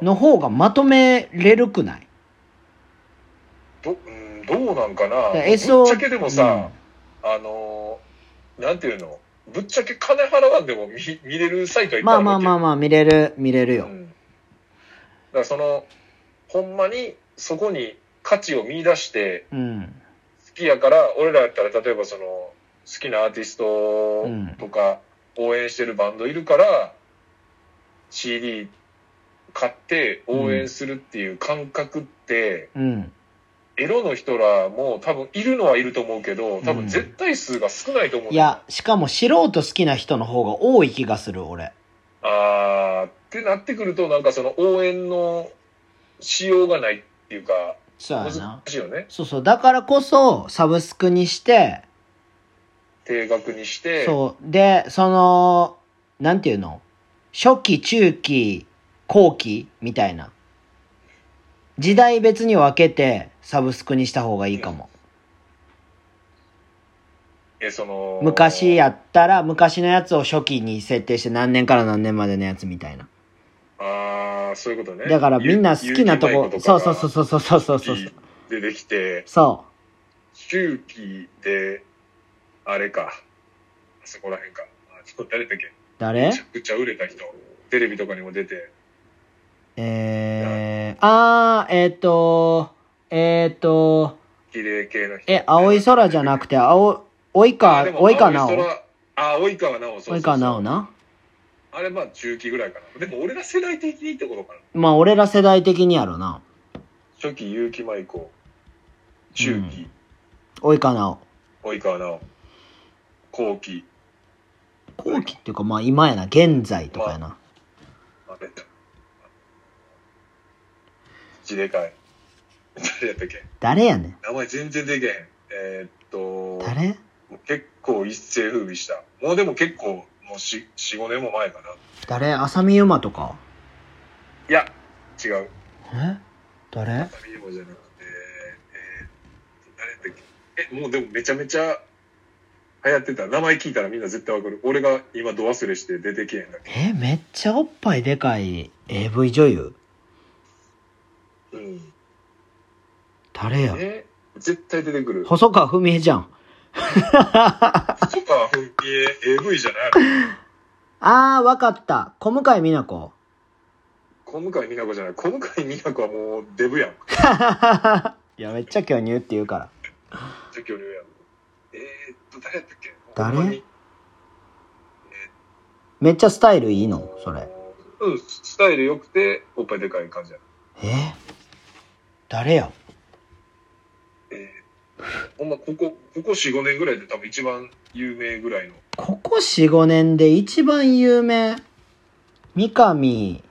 の方がまとめれるくないど、うん、どうなんかな。だからぶっちゃけでもさ、うんあのーなんていうのぶっちゃけ金払わんでも見見れるサイトはいっぱいまああるまわあけまあまあ、見れる、見れるよう。んだからそのほんまにそこに価値を見出してうん。好きやから俺らやったら例えばその好きなアーティストうんとか応援してるバンドいるから、CD 買って応援するっていう感覚って、うん。エロの人らも多分いるのはいると思うけど多分絶対数が少ないと思う、いや、しかも素人好きな人の方が多い気がする、俺。あーってなってくるとなんかその応援のしようがないっていうかそうや難な。しいよねそうそう。だからこそ、サブスクにして、定額にしてそう。で、その、なんていうの初期、中期、後期みたいな。時代別に分けて、サブスクにした方がいいかも。えその昔やったら、昔のやつを初期に設定して何年から何年までのやつみたいな。ああそういうことねだからみんな好きなとこ、そうそうそううそうそうそうそう。出てきてそ周期であれかあそこらへんかあちょっと誰だっけう。誰めちゃくちゃ売れた人テレビとかにも出てえー、あー、えっ、と、えっ、と、綺麗系の人え、青い空じゃなくて、青、及あ川、でも及川直青い空あ及川直そうそうそう及川直な。あれまあ中期ぐらいかな。でも俺ら世代的にってことかな。まあ、俺ら世代的にやろな。初期結城舞子、中期及川直。及川直、後期、後期っていうか、まあ、今やな、現在とかやな。あれだ。一でかい。誰やったっけ誰やねん。名前全然でけへん。えーっと、誰もう結構一世風靡した。もうでも結構、もう4、4 5年も前かな。誰浅見ゆまとか。いや、違う。え誰熱海じゃなくて、えー、誰だっけえ、もうでもめちゃめちゃ流行ってた。名前聞いたらみんな絶対わかる。俺が今度忘れして出てけえへんだけ。え、めっちゃおっぱいでかい AV 女優うん。誰やえ絶対出てくる。細川文江じゃん。細川文江 AV じゃないあー、わかった。小向井美奈子。 [laughs] 小向井美奈子じゃない。小向井美奈子はもうデブやん。いや、めっちゃ巨乳って言うから。儒教流やん。えー、っと、誰やったっけ誰ほんまにめっちゃスタイルいいのそれ。うん、スタイル良くて、おっぱいでかい感じや。え誰やえー、ほんま、ここ、ここ4、5年ぐらいで多分一番有名ぐらいの。ここ4、5年で一番有名。三上、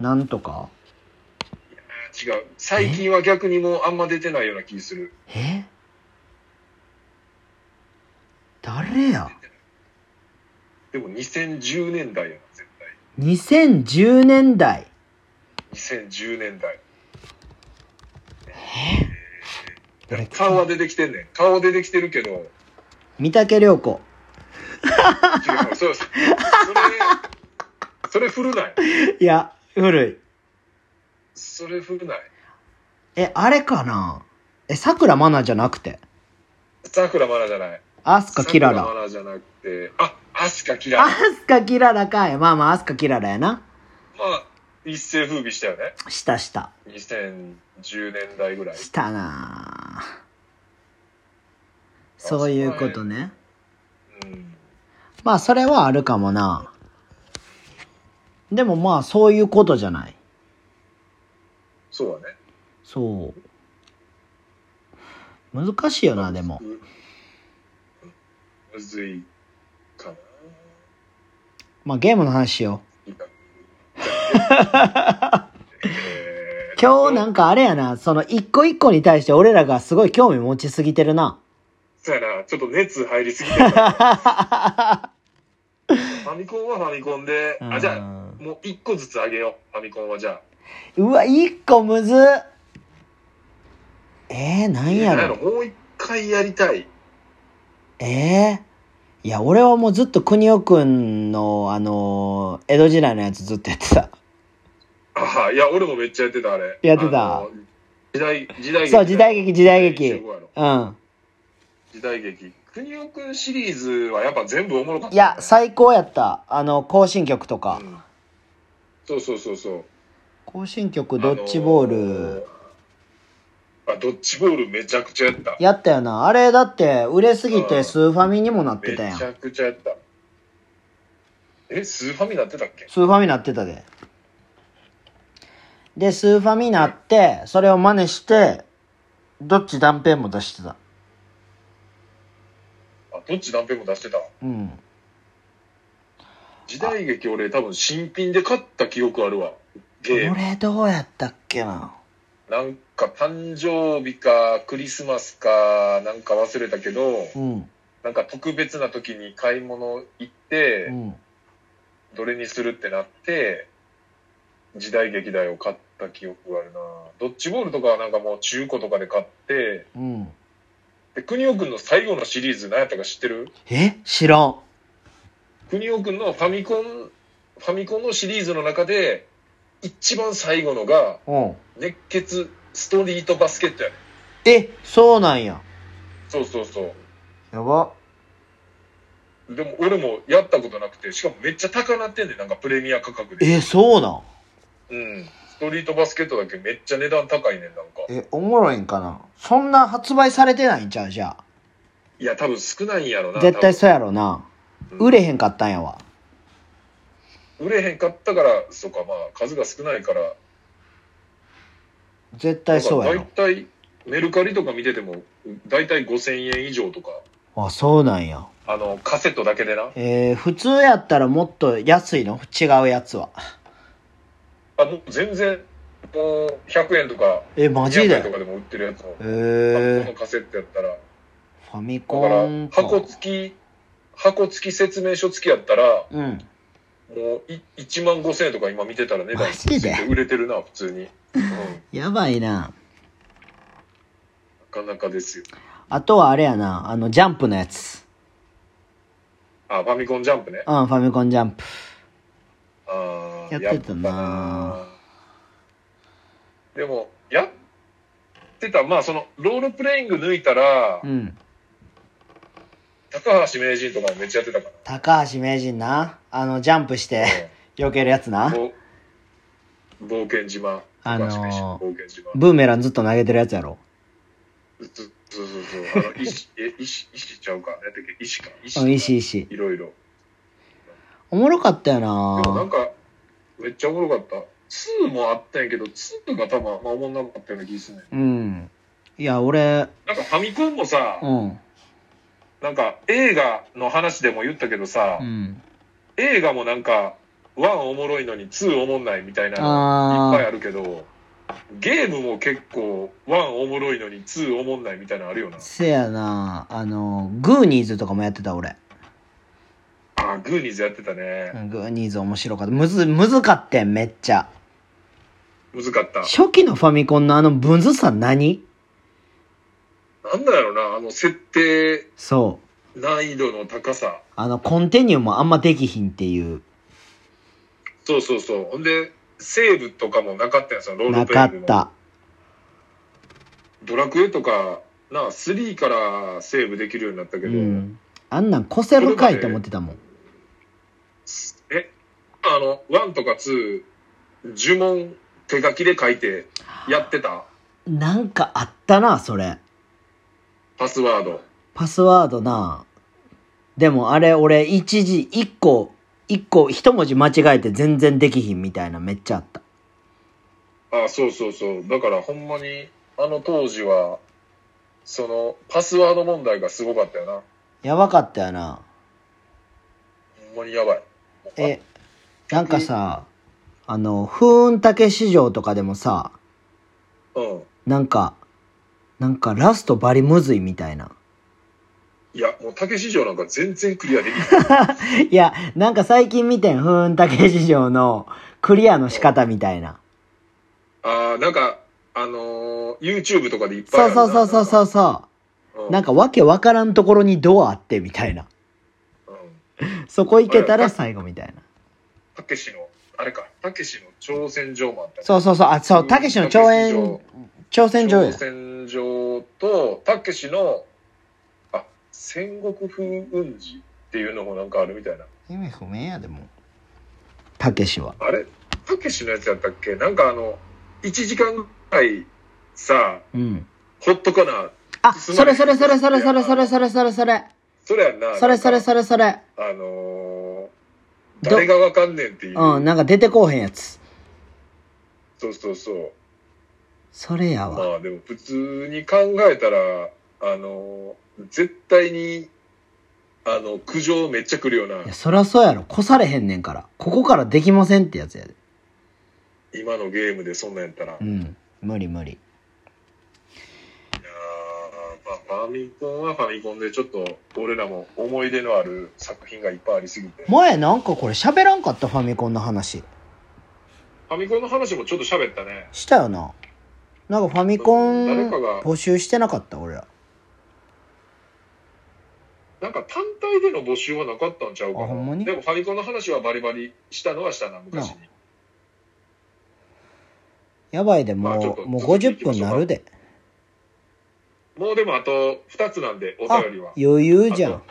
なんとか違う。最近は逆にもうあんま出てないような気する。え誰やでも2010年代やな、絶対。 2010年代2010年代。どれ顔は出てきてんねん。顔は出てきてるけど、違う。三宅涼子そうそれ、それ振るない。いや古いそれ振るない。えあれかなえさくらまなじゃなくてさくらまなじゃない。アスカキララまなじゃなくて、あ、アスカキララ。アまスカキララかいまあまあアスカキララやなあ、一世風靡したよね。したした2010年代ぐらい。したなあそういうことねうん。まあそれはあるかもなでもまあそういうことじゃないそうだね。そう難しいよなでもう。むずいかな。まあゲームの話しよいいかう今日なんか。かあれやなその一個一個に対して俺らがすごい興味持ちすぎてるな [laughs] そうやな、ちょっと熱入りすぎて [laughs] るから。ファミコンはファミコンで、あ、じゃあ、あもう一個ずつあげよう。ファミコンはじゃあ。うわ一個むずっえー、なんやなんろもう一回やりたい。えー、いや俺はもうずっと邦夫くんのあのー江戸時代のやつずっとやってたああ、いや、俺もめっちゃやってた、あれ。やってたあの。時代、時代劇。そう時代劇時代劇うん時代劇。国尾くんシリーズはやっぱ全部おもろかった、いや最高やったあの行進曲とかうんそうそうそうそう。行進曲ドッジボール、あのーあ、ドッジボールめちゃくちゃやった。やったよなあれだって売れすぎうてんスーファミにもなってめたやんちスーゃくちゃやった。え、スーファミなってたっけファミなってたででスーファミなってそれを真似してどっち断片も出してたあ、どっち断片も出してた。うん時代劇俺多分新品で買った記憶あるわ。ゲーム。俺どうやったっけななんか誕生日かクリスマスかなんか忘れたけど、うんなんか特別な時に買い物行っうて、んどれにするってなって、時代劇だよ買った記憶があるなドッジボールとかはなんかもう中古とかで買って、うんで、国尾くんの最後のシリーズ何やったか知ってるえ知らん国尾くんのファミコン、ファミコンのシリーズの中で、一番最後のが、うん熱血ストリートバスケットやねえそうなんやそうそうそやばう。でも俺もやったことなくて、しかもめっちゃ高なってんねん、なんかプレミア価格で。えそうなんうん。ストリートバスケットだけめっちゃ値段高いねん、なんか。えおもろいんかなそんな発売されてないんちゃうじゃいや、多分少ないんやろあな。絶対多そうやろな分売れへんかったんやわ売れへんかったから、そうか、まあ、数が少ないから。絶対そうやだろから大体、メルカリとか見てても、大体5000円以上とか、あそうなんやあの、カセットだけでな。えー、普通やったらもっと安いの違うやつはあ、もう全然、もう100円とか、えマジ200円とでかでも売ってるやつも、えあこー、のカセットやったら、ファミだかコンら、か箱付き、箱付き説明書付きやったら、うんもうい1万5000円とか今見てたら値段マジで売れてるな、普通に。うん、なやばいなかなかですよ。あとはあれやなあのジャンプのやつあ、ファミコンジャンプね。うん、ファミコンジャンプ。あーやってたなやったなでも、やってた、まあ、その、ロールプレイング抜いたら、うん。高橋名人とかもめっちゃやってたか高橋名人な。あの、ジャンプして、 [laughs] 避けるやつら。な。ぼ冒険島。あのー高橋名人冒険島。ブーメランずっと投げてるやつやろ。そうそうそうそう。あの、石、え、石、石ちゃうか。なんだっけ石か。石うん、いいしいいし。いろいろ。おもろかったよでもななんか、めっちゃおもろかった。2もあったんやけど、2が多分、まあ、おもんなかったような気がするね。うん。いや、俺、なんかファミコンもさ、うん。なんか映画の話でも言ったけどさ、うん。映画もなんか、1おもろいのに2おもんないみたいなのあーいっぱいあるけど、ゲームも結構、1おもろいのに2おもんないみたいなのあるよな。せやな。あの、グーニーズとかもやってた、俺。あー、グーニーズやってたね。グーニーズ面白かった。むず、むずかってん、めっちゃ。難かった。初期のファミコンのあのむずさ何なんだろうな、あの設定そう。難易度の高さ。あの、コンティニューもあんまできひんっていう。そうそうそう。ほんで、セーブとかもなかったやん、そのローなルプレかインっグの。た。ドラクエとか、なあ、3からセーブできるようになったけうど、ん。あんなんこせるかいと思ってたもん。え、あの、1とか2、呪文手書きで書いてやってたなんかあったな、それ。パスワード。パスワードな。でもあれ、俺、一時、一個、一個、一文字間違えて全然できひんみたいなめっちゃあった。あそうそうそう。だからほんまに、あの当時は、その、パスワード問題がすごかったよな。やばかったよな。ほんまにやばい。え、なんかさ、あの、風雲竹市場とかでもさ、うん。なんか、なんかラストバリむずいみたいな。いや、もう竹市場なんか全然クリアできない。 [laughs] いや、なんか最近見てん、ふーんたけ市場のクリアの仕方みたいな。ああ、なんか、あのー、YouTube とかでいっぱいあそうる。そうそうそうそううそうんう。なんかわけわからんところにドアあってみたいな。うんそこ行けたら最後みたいな。たけしの、あれか、たけしの挑戦状もあったねそうそうそう。あ、そう、たけしの挑演、挑戦状挑や。戦状と、たけしの、あ、戦国風雲児っていうのもなんかあるみたいな。意味不明やでも。たけしは。あれたけしのやつやったっけなんかあの、1時間ぐらいさ、うん。ほっとかな、あ、それそれそれそれそれそれそれそれそれ。それやんな。それそれれ。それそれ。あのー、ど誰がわかんねんっていう。うん、なんか出てこうへんやつ。そうそうそう。それやわ。まあでも普通に考えたら、あの、絶対に、あの、苦情めっちゃ来るよういや、な、そりゃそうやろ。越されへんねんから。ここからできませんってやつやで。今のゲームでそんなんやったら。ういやん。無理無理。ーまあファミコンはファミコンでちょっと、俺らも思い出のある作品がいっぱいありすぎて。フ前なんかこれ喋らんかったファミコンの話ァミコンの話もちょっと喋ったね。したよななんかファミコン誰かが募集してなかった俺らなんか単体での募集はなかったんちゃうかな。あほんまにでもファミコンの話はバリバリしたのはしたな、昔に。やばいでもまあちょっう,、ともう50分なるでもうでもあと2つなんで、おあ便りは。余裕じゃあんと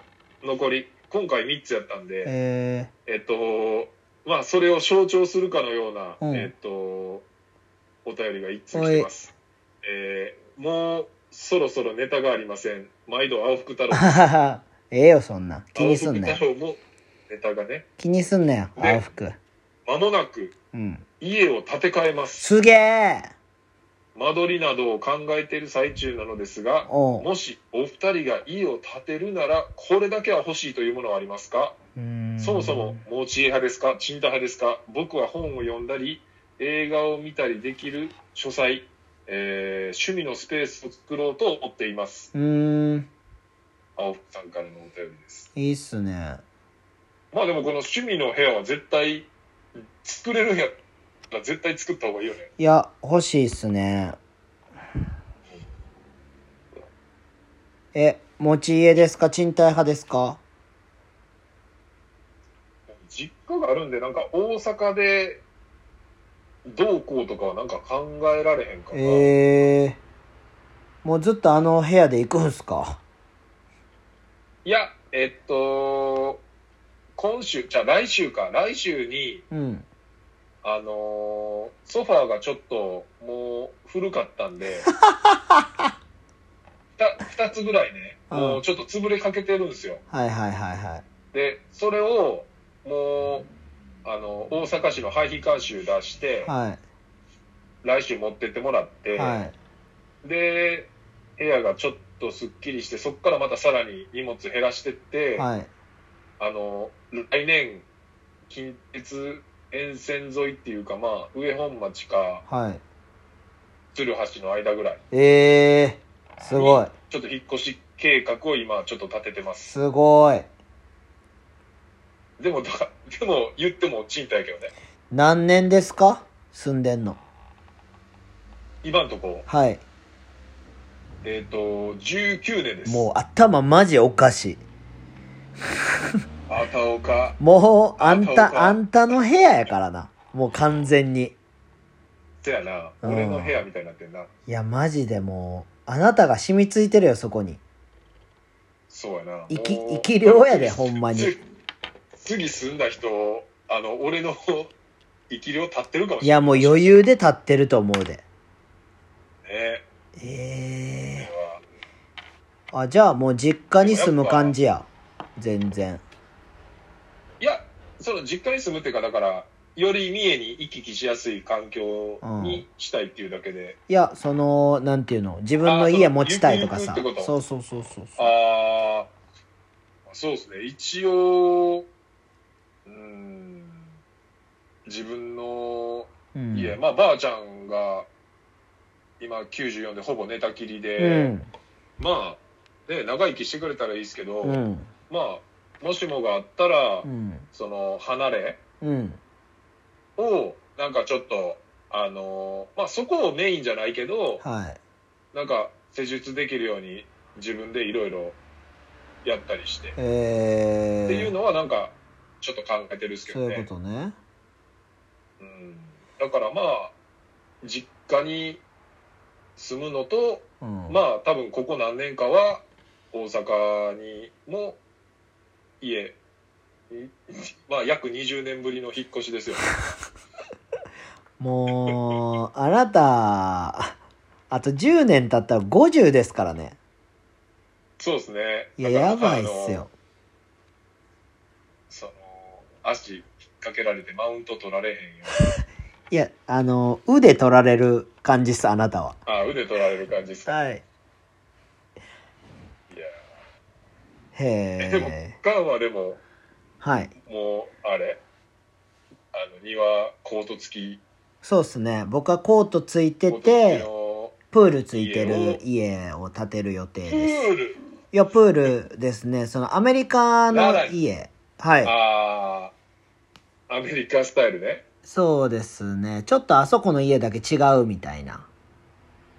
残り、今回3つやったんで。ええっと、まあ、それを象徴するかのような、うんえっと、お便りが一通来てます。えーもう、そろそろネタがありません。毎度青福太郎ー、あです。ははええよそんな気にすんな青よ福太郎もネタがね、気にすんなよね青服間もなくうん家を建て替えます。すげえ間取りなどを考えている最中なのですが、おうもしお二人が家を建てるなら、これだけは欲しいというものはありますかうーんそもそも持ち家派ですか賃貸派ですか僕は本を読んだり映画を見たりできる書斎、えー趣味のスペースを作ろうと思っていますうーん青福さんからのお便りですいいっすねまあでもこの趣味の部屋は絶対作れる部屋ら絶対作った方がいいよねいや欲しいっすねえ持ち家ですか賃貸派ですか果があるんで、なんか大阪でどうこうとかはなんか考えられへんかな。ええもうずっとあの部屋で行くんすかいや、えっと、今週、じゃあ来週か、来週に、うん。あのーソファーがちょっともう古かった [laughs] んで、2つぐらいね、もうちょっと潰れかけてるんですよ。はいはいはいはい。で、それを、もう、あの、大阪市の廃棄監修出して、は来週持ってってもらって、い。はい。で、部屋がちょっとすっきりして、そこからまたさらに荷物減らしてって、はい。あの、来年、近鉄沿線沿いっていうか、まあ、上本町かはい。鶴橋の間ぐらい、ええすごい。ちょっと引っ越し計画を今ちょっと立ててます。すごい。でも、だからでも言っても賃貸やけどね。何年ですか住んでんの。今んとこ、はい。えっ、と、19年です。もう頭マジおかしい。あたおか。もう、あんそうかた、あんたの部屋やからな。もう完全に。せやな、うん俺の部屋みたいになってんな。いや、マジでもう、あなたが染みついてるよ、そこに。そうやな。生きもう生き量やでほんまに。つ次住んだ人、あの、俺の [laughs] 生き量立ってるかもしれない。いや、もう余裕で立ってると思うで。ねええこれはあ、じゃあもう実家に住む感じや。全然。いや、その実家に住むっていうか、だから、より三重に行き来しやすい環境にしたいっていうだけで、いや、その、なんていうの、自分のあ家そう持ちたいとかさゆくゆくって。こそとうそうそうそうそう。ああ、そうですね、一応、うーん、自分のうん。家、まあ、ばあちゃんが、今94でほぼ寝たきりうで、ん。まあ、ね、長生きしてくれたらいいですけど、うん。まあ、もしもがあったら、うん。その、離れうん。を、なんかちょっと、あのーまあ、そこをメインじゃないけど、はい。なんか、施術できるように自分でいろいろやったりして、ええっていうのはなんか、ちょっと考えてるんですけそうどね。いうことね。うん。だからまあ、実家に住むのと、うん。まあ多分ここ何年かは大阪にも家、んまあ約20年ぶりの引っ越しですよ。もう、あなた、あと10年経ったら50ですからね。そうですね。いや、だからやばいっす。あのよ。その、足引っ掛けられてマウント取られへんよ。いや、あの、腕取られる感じっす、あなたは。あ、腕取られる感じですか。はい。いやへーでもえ。、ガンはでも、はい。もう、あれ、あの、庭、コート付き、そうっすね。僕はコートついてコート付きて、のプールついてる家を建てる予定プです。ール。いや、プールですね。そのアメリカの家。はい。ああ、アメリカスタイルね。そうですね。ちょっとあそこの家だけ違うみたいな。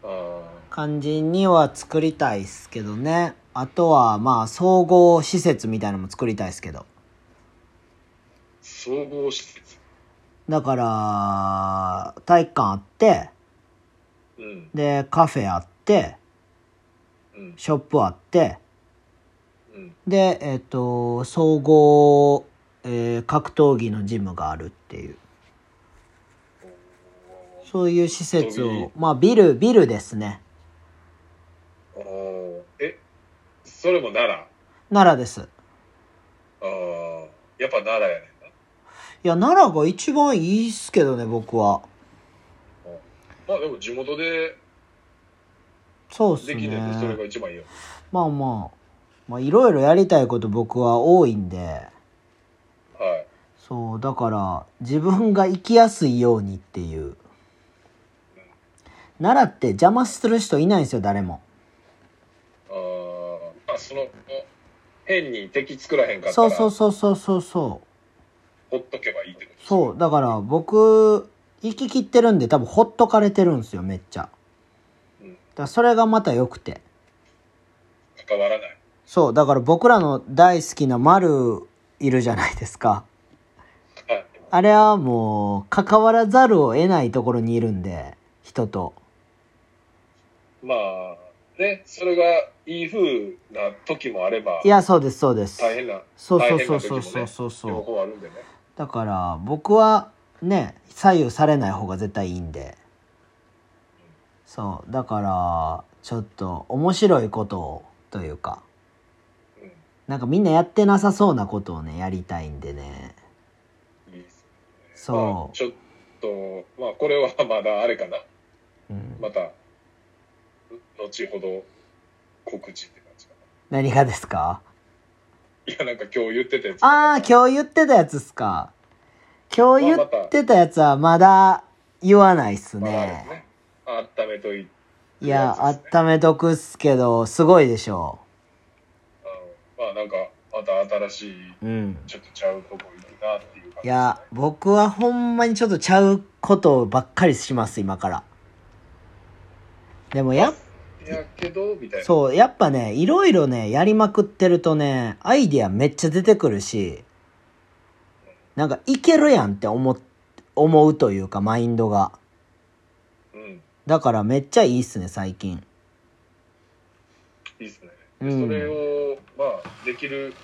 あ感じには作りたいっすけどね。あとは、まあ、総合施設みたいなのも作りたいっすけど。ー総合施設。だから、体育館あって、うん、で、カフェあって、うん、ショップあって、うん。で、えっ、と、総合、えー格闘技のジムがあるっていう。そういう施設格闘を、まあ、ビル、ビルですね。おおーえ、それも奈良。あ奈良です。あ、やっぱ奈良やねんな。いや、奈良が一番いいっすけどね、僕は。まあでも地元でそうっすね。できるんで、それが一番いいよ。まあまあ、まあいろいろやりたいこと僕は多いんで、はい。そう、だから自分が生きやすいようにっていう。奈良って邪魔する人いないんですよ、誰も。あーまあ、その、変に敵作らへんかったそら、うそうそうそうそうそう。ほっとけばいいってことそう、だから僕、生き切ってるんで多分ほっとかれてるんですよ、めっちゃ。うんだからそれがまた良くて。関わらない。そう、だから僕らの大好きな丸いるじゃないですか。あれはもう、関わらざるを得ないところにいるんで、人と。まあ、ね、それがいい風な時もあればい、や、そうです、そうです。大変な、そう大そう変そなう時そもうねそうそう両そう。方あるんでね。だから、僕はね、左右されない方が絶対いいんで。そう。だから、ちょっと面白いことを、というか、なんかみんなやってなさそうなことをね、やりたいんでね。うん。いいですまそあ、ちょっと、まあ、これはまだあれかな。う。うん、また、後ほど告知って感じか何がですかな。いや、なんか今日言ってたやつ。ああ、今日言ってたやつっすか。今日言ってたやつはまだ言わないっすまあ、あれでねす。ね。温めといて。いや、そうですね温めとくっすけど、すごいでしょあのまあ、なんか、また新しい、う。うん。ちょっとちゃうとこ行くなっていう感じですね、いや、僕はほんまにちょっとちゃうことばっかりします、今から。でもやっ、いやけど、みたいな。そう、やっぱね、いろいろね、やりまくってるとね、アイディアめっちゃ出てくるし、なんかいけるやんって思っ、思うというか、マインドが。うん。だからめっちゃいいっすね、最近。いいですね。うんそれを、まあ、できる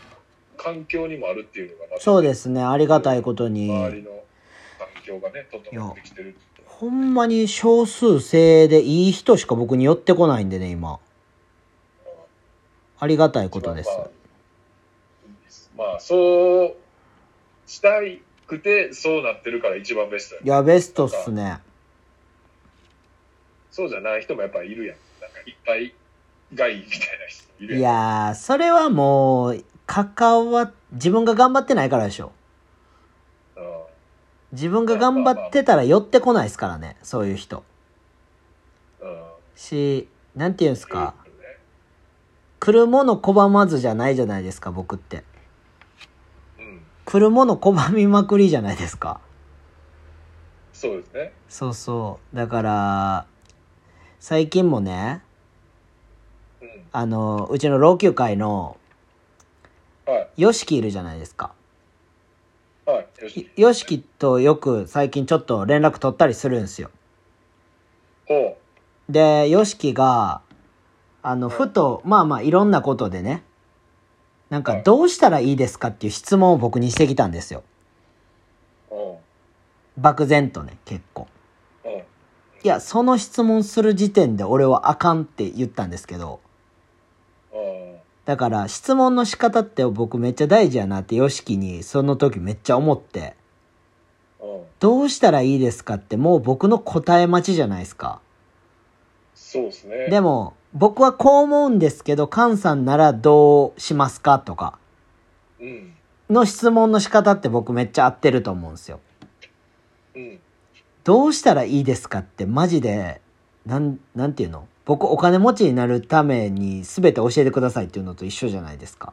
環境にもあるっていうのが、またそうですね、ありがたいことに。周りの環境がね、整ってきてる。ほんまに少数制でいい人しか僕に寄ってこないんでね、今。ありがたいことですま。あまあ、そうしたいくて、そうなってるから一番ベストやいや、ベストっすね。そうじゃない人もやっぱいるやん。なんか、いっぱいがいいみたいな人いるいやん。やー、それはもう、関わ、自分が頑張ってないからでしょ。うん自分が頑張ってたら寄ってこないですからね、そういう人。うんし、なんていうんですか、来るもの拒まずじゃないじゃないですか、僕って。うん。来るもの拒みまくりじゃないですか。そうですね。そうそう。だから、最近もね、うん。あの、うちの老朽会の、はい。ヨシキいるじゃないですか。はい。よし。ヨシキとよく最近ちょっと連絡取ったりするんですよ。ほで、ヨシキが、あの、はいふと、まあまあいろんなことでね、なんはかいどうしたらいいですかっていう質問を僕にしてきたんですよ。う。うん。漠然とね、結構。うん。いや、その質問する時点で俺はあかんって言ったんですけど、うん。だから質問の仕方って僕めっちゃ大事やなってヨシキにその時めっちゃ思って、うん。どうしたらいいですかってもう僕の答え待ちじゃないですか。そうですね。でも、僕はこう思うんですけど、カンさんならどうしますかとか、うん。の質問の仕方って僕めっちゃ合ってると思うんですよ。うん。どうしたらいいですかってマジで、なん、なんていうの僕お金持ちになるために全て教えてくださいっていうのと一緒じゃないですか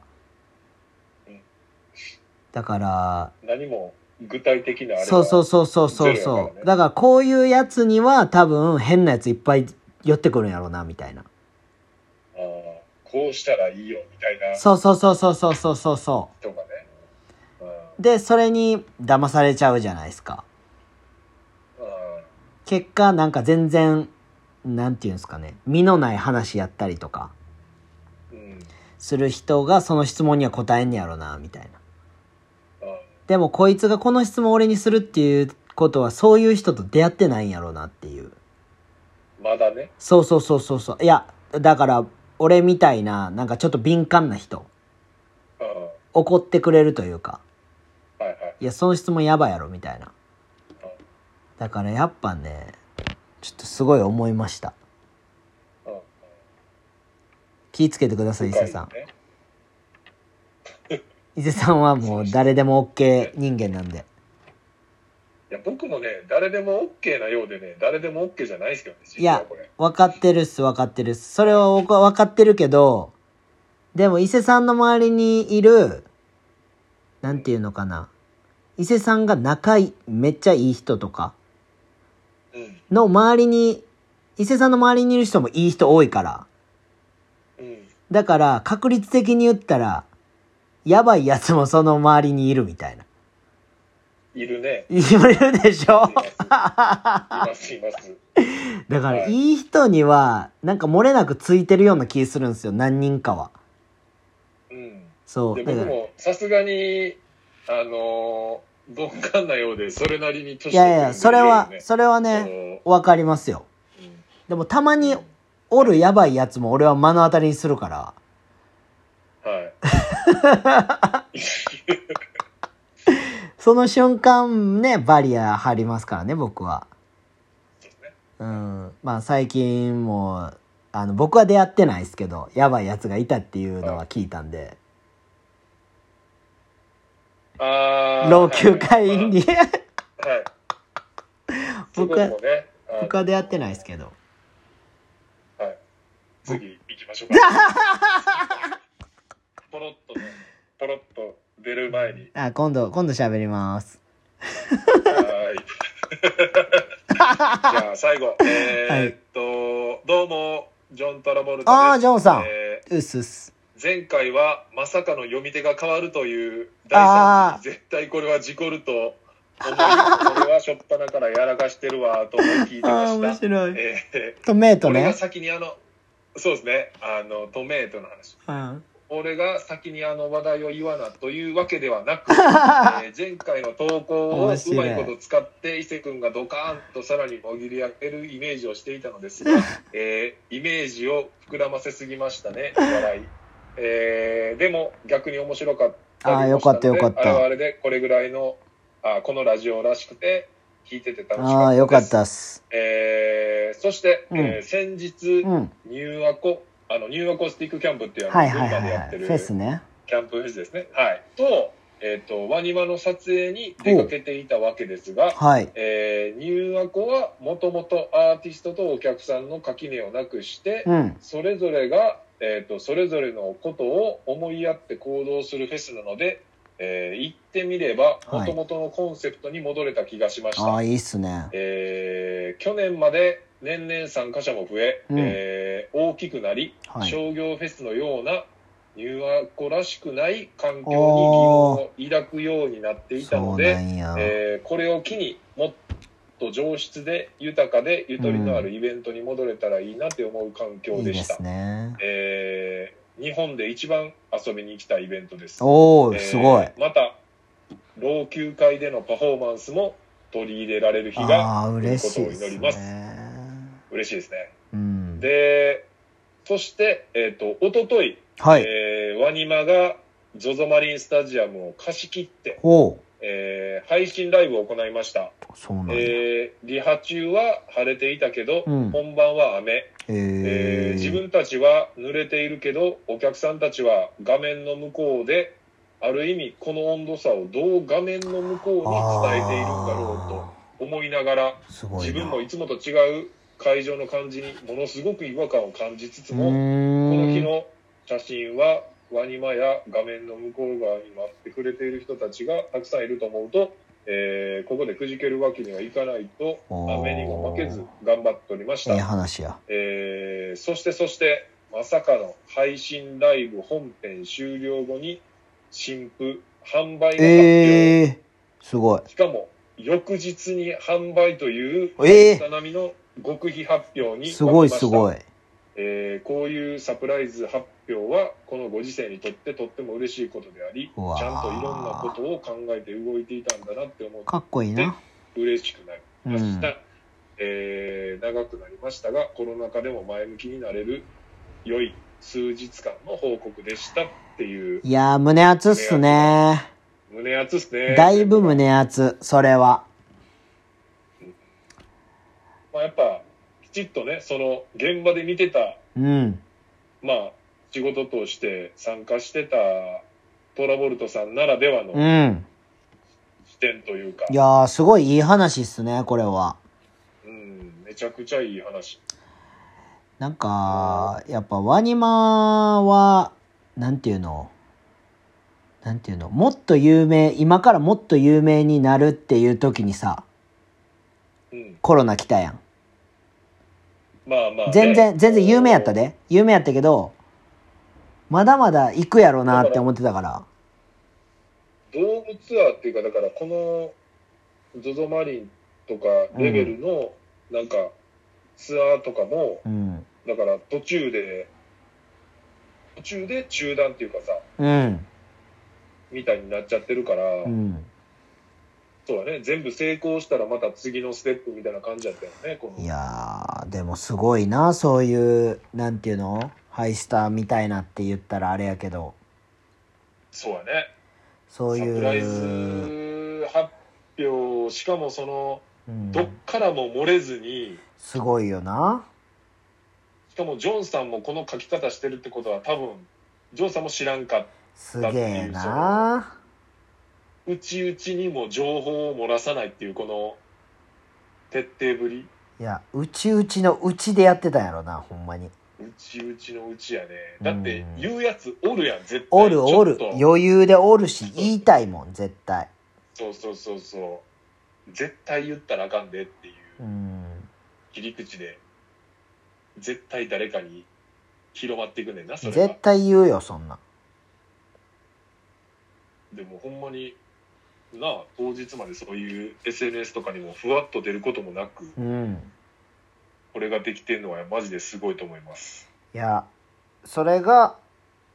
うん。だから、何も具体的なあれはそうそうそうそうそうゼロやかそらねう。だからこういうやつには多分変なやついっぱい寄ってくるんやろうな、みたいな。あーこうしたらいいよみたいなそうそうそうそうそうそうそうそう。とかね。うんで、それに騙されちゃうじゃないですか。うん結果、なんか全然、なんていうんですかね、身のない話やったりとか、うんする人がその質問には答えんねやろな、みたいな。うんでもこいつがこの質問俺にするっていうことは、そういう人と出会ってないんやろなっていう。まだね。そうそうそうそうそう。いや、だから、俺みたいな、なんかちょっと敏感な人、うんは怒ってくれるというか、いはい。いや、その質問やばいやろ、みたいな。だからやっぱね、ちょっとすごい思いました。うんうん気ぃつけてください、伊勢さ深んい。ね伊勢さんはもう誰でも OK 人間なんで。いや僕もね誰でも OK なようでね誰でも OK じゃないですけどねい実はやこれ、分かってるっす、分かってるっす。それは僕は分かってるけど、でも伊勢さんの周りにいる、なんていうのかな。伊勢さんが仲いい、めっちゃいい人とかうんの周りに、伊勢さんの周りにいる人もいい人多いから。うんだから確率的に言ったら、やばいやつもその周りにいるみたいな。い [laughs] るね。いるでしょいますいます、います。だから、、はいいい人にはなんか漏れなくついてるような気するんですよ何人かはうん。そうで、だから僕もさすがに、あのー鈍感なようで、それなりに年いやいやそれはそれはれねわかりますよでもたまにはおるやばいやつも俺は目の当たりにするからその瞬間ねバリア張りますからね僕はうんまあ最近もあの僕は出会ってないですけどやばいやつがいたっていうのは聞いたんでい。あー老朽化員。に [laughs] はい。僕僕はは、ね、あの僕は出会ってないですけどはい。次行きましょうか。 [laughs] ポロッとね、ポロッと出る前に。あ今度今度喋ります [laughs] はーい。じゃあ最後、えーっと、どうも、ジョン・トラボルタであす。ージョンさんえうっすうっすー前回はまさかの読み手が変わるという大惨事絶対これは事故ると思い、これはしょっぱなからやらかしてるわと思い聞いてあまあ面した。白いえートメイト俺がね先にあの、そうですね、あの、トメイトの話。うん俺が先にあの話題を言わなというわけでは [laughs] なく、えー前回の投稿をうま面白いいこと使って伊勢くんがドカーンとさらにもぎり上げるイメージをしていたので [laughs] すが、えーイメージを膨らませすぎましたね笑い、えーでも逆に面白かったりもあーよかったしのでよかったあれはあれでこれぐらいのあーこのラジオらしくて聞いてて楽しかったですああよかったっすえーそして、うんえー先日うんニューアコあのニューアコースティックキャンプっていうあのはい群はいは馬でいやはっいてフるェスねキャンプフェスですね。はい。と、えっ、と、ワニマの撮影に出かけていたわけですが、はいえー、ニューアコはもともとアーティストとお客さんの垣根をなくして、うんそれぞれが、えっ、と、それぞれのことを思いやって行動するフェスなので、えー行ってみれば、はもいともとのコンセプトに戻れた気がしました。ああいいっすねえー去年まで年々参加者も増え、うんえー大きくなり、はい商業フェスのような入学らしくない環境に疑問を抱くようになっていたそのうなで、んやえーこれを機にもっと上質で豊かでゆとりのあるイベントに戻れたらいいなって思う環境いいででした。すねえー日本で一番遊びに来たイベントです。おおえーすごいまた老朽会でのパフォーマンスも取り入れられる日がああー嬉しいでといすうことを祈りますね嬉しいですね。うんで、そして、えっ、と、おととい、はいえーワニマが ZOZO マリンスタジアムを貸し切って、おうえー配信ライブを行いました。そうなんやええーリハ中は晴れていたけど、うん本番は雨、ええー自分たちは濡れているけど、お客さんたちは画面の向こうで、ある意味、この温度差をどう画面の向こうに伝えているんだろうと思いながら、うとすごい自な分もいつもと違う会場の感じにものすごく違和感を感じつつうも、こーの日んの写真はワニマや画面の向こう側に待ってくれている人たちがたくさんいると思うと、えーここでくじけるわけにはいかないとおー雨にも負けず頑張っておりましいいた、話やえーそしてそしてまさかの配信ライブ本編終了後に新婦販売の発表、ええすごいしかも翌日に販売というええ田波の極秘発表にすごい沸きましたすごいえーこういうサプライズ発表はこのご時世にとってとっても嬉しいことでありちうわーゃんといろんなことを考えて動いていたんだなって思うかっこいいなと嬉しくなりうましんた、えー長くなりましたがコロナ禍でも前向きになれる良い数日間の報告でしたっていういやー胸熱っすね胸熱ですねだいぶ胸熱それはまあ、やっぱきちっとねその現場で見てたうんまあ仕事として参加してたトラボルトさんならではのうん視点というか、いやーすごいいい話っすねこれはうん、めちゃくちゃいい話。なんかやっぱワニマはなんていうのなんていうのもっと有名今からもっと有名になるっていう時にさうん、コロナ来たやんまあまあ、ね。全然全然有名やった。で有名やったけどまだまだ行くやろうなって思ってたからドームツアーっていうか、だからこのゾゾマリンとかレベルの、なんか、ツアーとかも、うん。だから途中で、途中で中断っていうかさ、うん。みたいになっちゃってるから、うん。そうだね、全部成功したらまた次のステップみたいな感じだったよね、こいの。やー、でもすごいな、そういう、なんていうのハイスターみたいなって言ったらあれやけど、そうやね。そういサプライう、ズ発表、しかもその、うん、どっからも漏れずに、すごいよな。しかもジョンさんもこの書き方してるってことは多分、ジョンさんも知らんかっすげえな。うちうちにも情報を漏らさないっていうこの徹底ぶりいや、うちうちのうちでやってたんやろな、ほんまに。うちうちのうちやねだってうん言うやつおるやん絶対おるおるちょっと余裕でおるし言いたいもん絶対そうそうそうそう絶対言ったらあかんでっていううん切り口で絶対誰かに広まっていくねんなそれ絶が対言うよそんなでもほんまになあ当日までそういう SNS とかにもふわっと出ることもなくうんこれができてるのはマジですごいと思いますいやそれが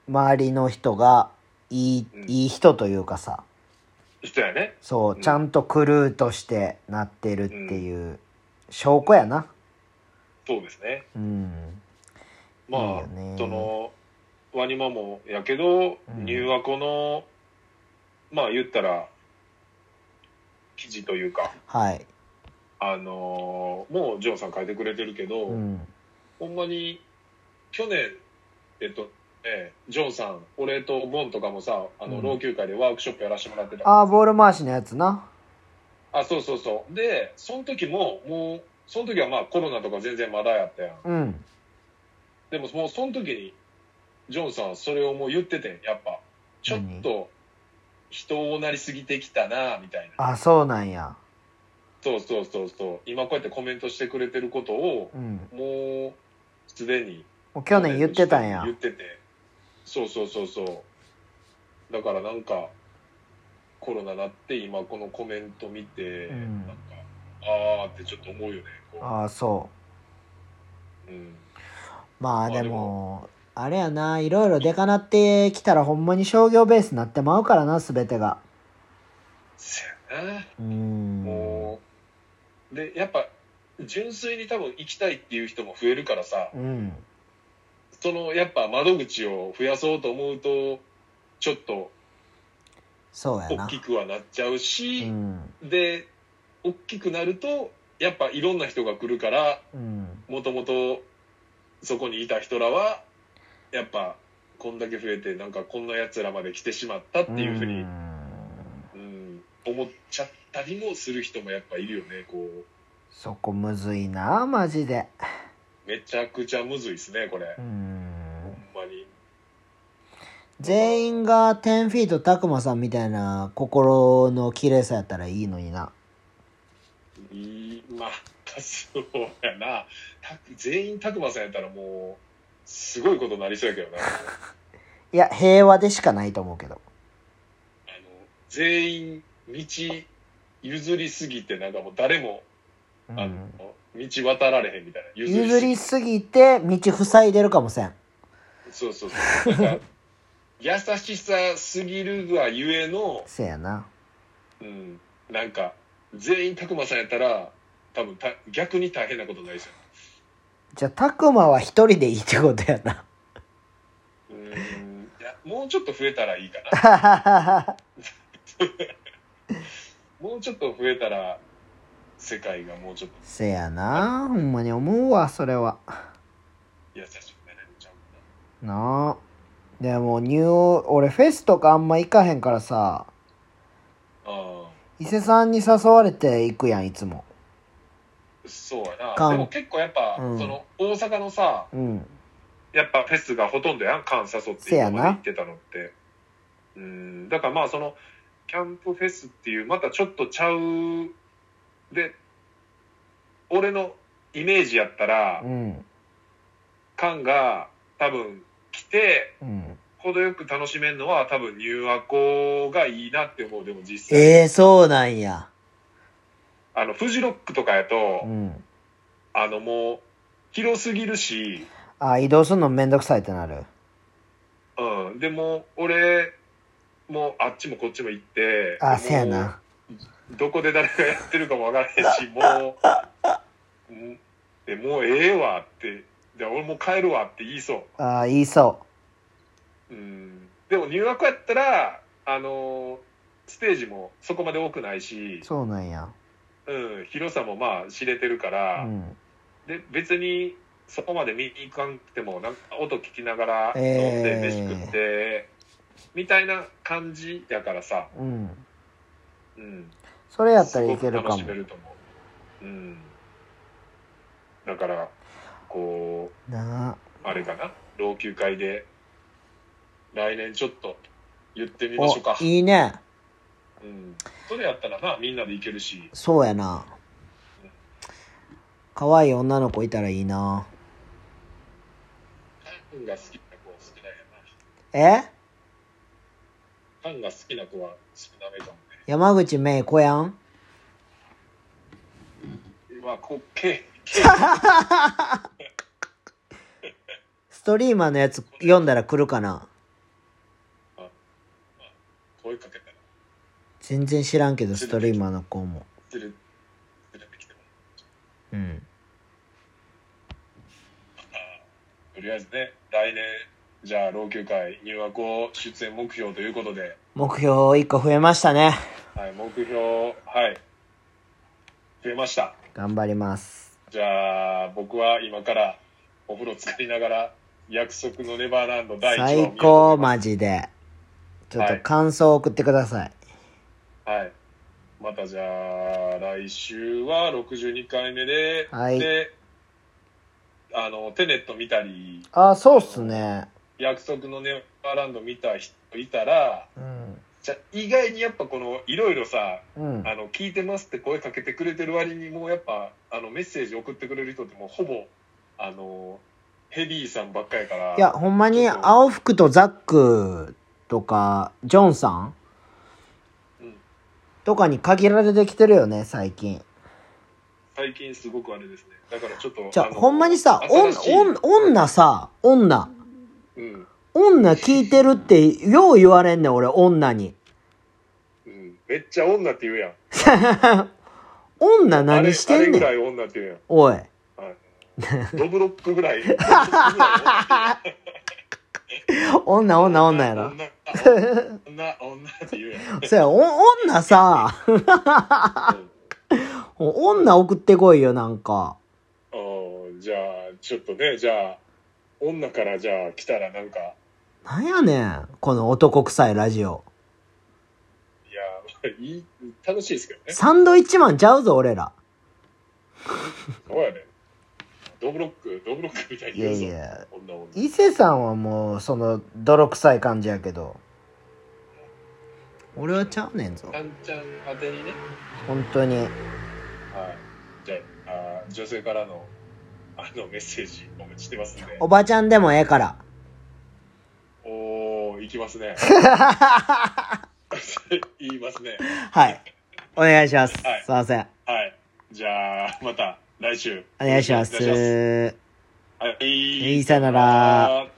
周りの人がいい,、うんいい人というかさ人やねそう、うんちゃんとクルーとしてなってるっていう証拠やなそうですねうんまあいいよねそのワニマもやけど、うん入学のまあ言ったら記事というかはいあのーもうジョンさん書いてくれてるけど、うんほんまに去年えっとえジョンさん俺とボンとかもさあの、うん老朽化でワークショップやらせてもらってたああボール回しのやつなあそうそうそうでその時ももうその時はまあコロナとか全然まだやったやんうんでももうその時にジョンさんそれをもう言っててんやっぱちょっと人をなりすぎてきたなみたいなあそうなんやそうそうそうそう今こうやってコメントしてくれてることをうんもうすでにもう去年言ってたんや言っててそうそうそうそうだからなんかコロナなって今このコメント見て、うんなんかああってちょっと思うよねこうああそううん、まあまあででも、あれやな、いろいろでかなってきたらほんまに商業ベースになってまうからな、すべてが。せやなうーん。もう、で、やっぱ、純粋に多分行きたいっていう人も増えるからさ、うん。その、やっぱ窓口を増やそうと思うと、ちょっとそうや大なき。くはなっちゃううし、ん。で、大きくなると、やっぱいろんな人が来るから、うん。もともとそこにいた人らは、やっぱ、こんだけ増えて、なんかこんな奴らまで来てしまったっていうふうに、んうん、思っちゃったりもする人もやっぱいるよね、こう。そこむずいな、マジで。めちゃくちゃむずいですね、これう。ほんん。まに。全員が10フィートたくまさんみたいな心の綺麗さやったらいいのにな。いいまあ、そうやな。た全員たくまさんやったらもう、すごいことになりそうやけどな。あいや、平和でしかないと思うけど。の、全員、道、譲りすぎて、なんかもう誰も、うあん。の、道渡られへんみたいな。譲りすすぎて道塞いでるかもせん。ぎそうそうそう。なんか、優しさすぎるがゆえの、せやな。うん、なんか、全員たくまさんやったら、多分た、逆に大変なことになりそうや。じゃあ、たくまは一人でいいってことや [laughs] な。うーんいやもうちょっと増えたらいいか [laughs] な。もうちょっと増えたら、世界がもうちょっとせやなほんまに思うわそれは優しくなれるんちゃうなあでもニュー俺フェスとかあんま行かへんからさかな。あ伊勢さんに誘われて行くやんいつもあ、そうやな。かんでも結構やっぱ、うんその、大阪のさ、うんやっぱフェスがほとんどやん、関誘ってせや今なまで行ってたのって。うん、だからまあその、キャンプフェスっていう、またちょっとちゃう、で、俺のイメージやったらう、んカンが多分来て、うん程よく楽しめるのは多分ニューアコがいいなって思うでも実際、ええそうなんやあの、フジロックとかやうと、ん。あの、もう、広すぎるし、あ、移動するのめんどくさいってなる。うん。でも、俺、もう、あっちもこっちも行って、もあ、うせやな。どこで誰がやってるかもわからへ [laughs] んし、もう、んでもうええわって、で俺もう帰るわって言いそ。あ、言いそううん。でも入学やったら、あのーステージもそこまで多くないしう。、そうなんや。うん、広さもまあ知れてるかうら、ん。で、別にそこまで見に行かんくても、なんか音聞きながら飲んえでえ飯食って、みたいな感じやからさ、うん。うん。それやったらいけるかすごく楽しもめ。ると思う。うん。だから、こなあ。う、あれかな、老朽会で、来年ちょっと言ってみましょうか。いいね。うん。それやったらな、みんなで行けるし、そうやな。可愛い女の子いたらいいな。ファンが好きな子は少ないえやな。ファンが好きな子は少なめかもね。山口めい子やんまあ、こっけ、け、ストリーマーのやつ読んだら来るかな声かけたら、全然知らんけど、ストリーマーの子も。ずる、ずれてきても。うん。とりあえずね、来年、じゃあ、老朽会入学を出演目標ということで、目標一個増えましたね。はい、目標、はい、増えました。頑張ります。じゃあ、僕は今からお風呂浸かりながら、約束のネバーランド第1話を見よ最うと思高、いまマジで。ちょっはとい感想送ってください。す。はい。またじゃあ、来週は62回目で、はいで、あの、テネット見たり、あ、そうっすね。約束のネバーランド見た人いたら、うん。じゃあ意外にやっぱこの、いろいろさ、うん。あの、聞いてますって声かけてくれてる割に、もうやっぱ、あの、メッセージ送ってくれる人ってもうほぼ、あの、ヘビーさんばっかりやから。いや、ほんまに、ちょっと青服とザックとか、ジョンさんうんとかに限られてきてるよね、最近。最近すごくあれですね。だからちょっと。じゃあ、のほんまにさ、お新ん、しいおん、女さ、女。うん。女聞いてるって、よう言われんねん、俺、女に。 [laughs] うん。めっちゃ女って言うやん。女あれ何してんねあん。れぐらい女って言うやん。おい。ドブロックぐらい。ドブロックぐらい女、女、女 [laughs] やろ。女、女、女って言うや [laughs] ん。そや、お、女さ、うん女送ってこいよ、なんか。あーじゃあ、ちょっとね、じゃあ、女からじゃあ来たらなんか、なんやねん、この男臭いラジオ。いやー、いい、楽しいですけどね。サンドイッチマンちゃうぞ、俺ら。そうやね。ドブロック、ドブロックみたいにいや言ういぞ。や。女女。伊勢さんはもうその泥臭い感じやけど俺はちゃうねんぞカンちゃん宛てにね。本当にはい。じゃあ、あー女性からの、あの、メッセージお待ちしてますんでお。ばちゃんでもええからおー、いきます [laughs] ね。は言いますね。いお願いします、はいすいませんはい。じゃあ、また来週。お願いしますお願いしますいはい。いさよならさよなら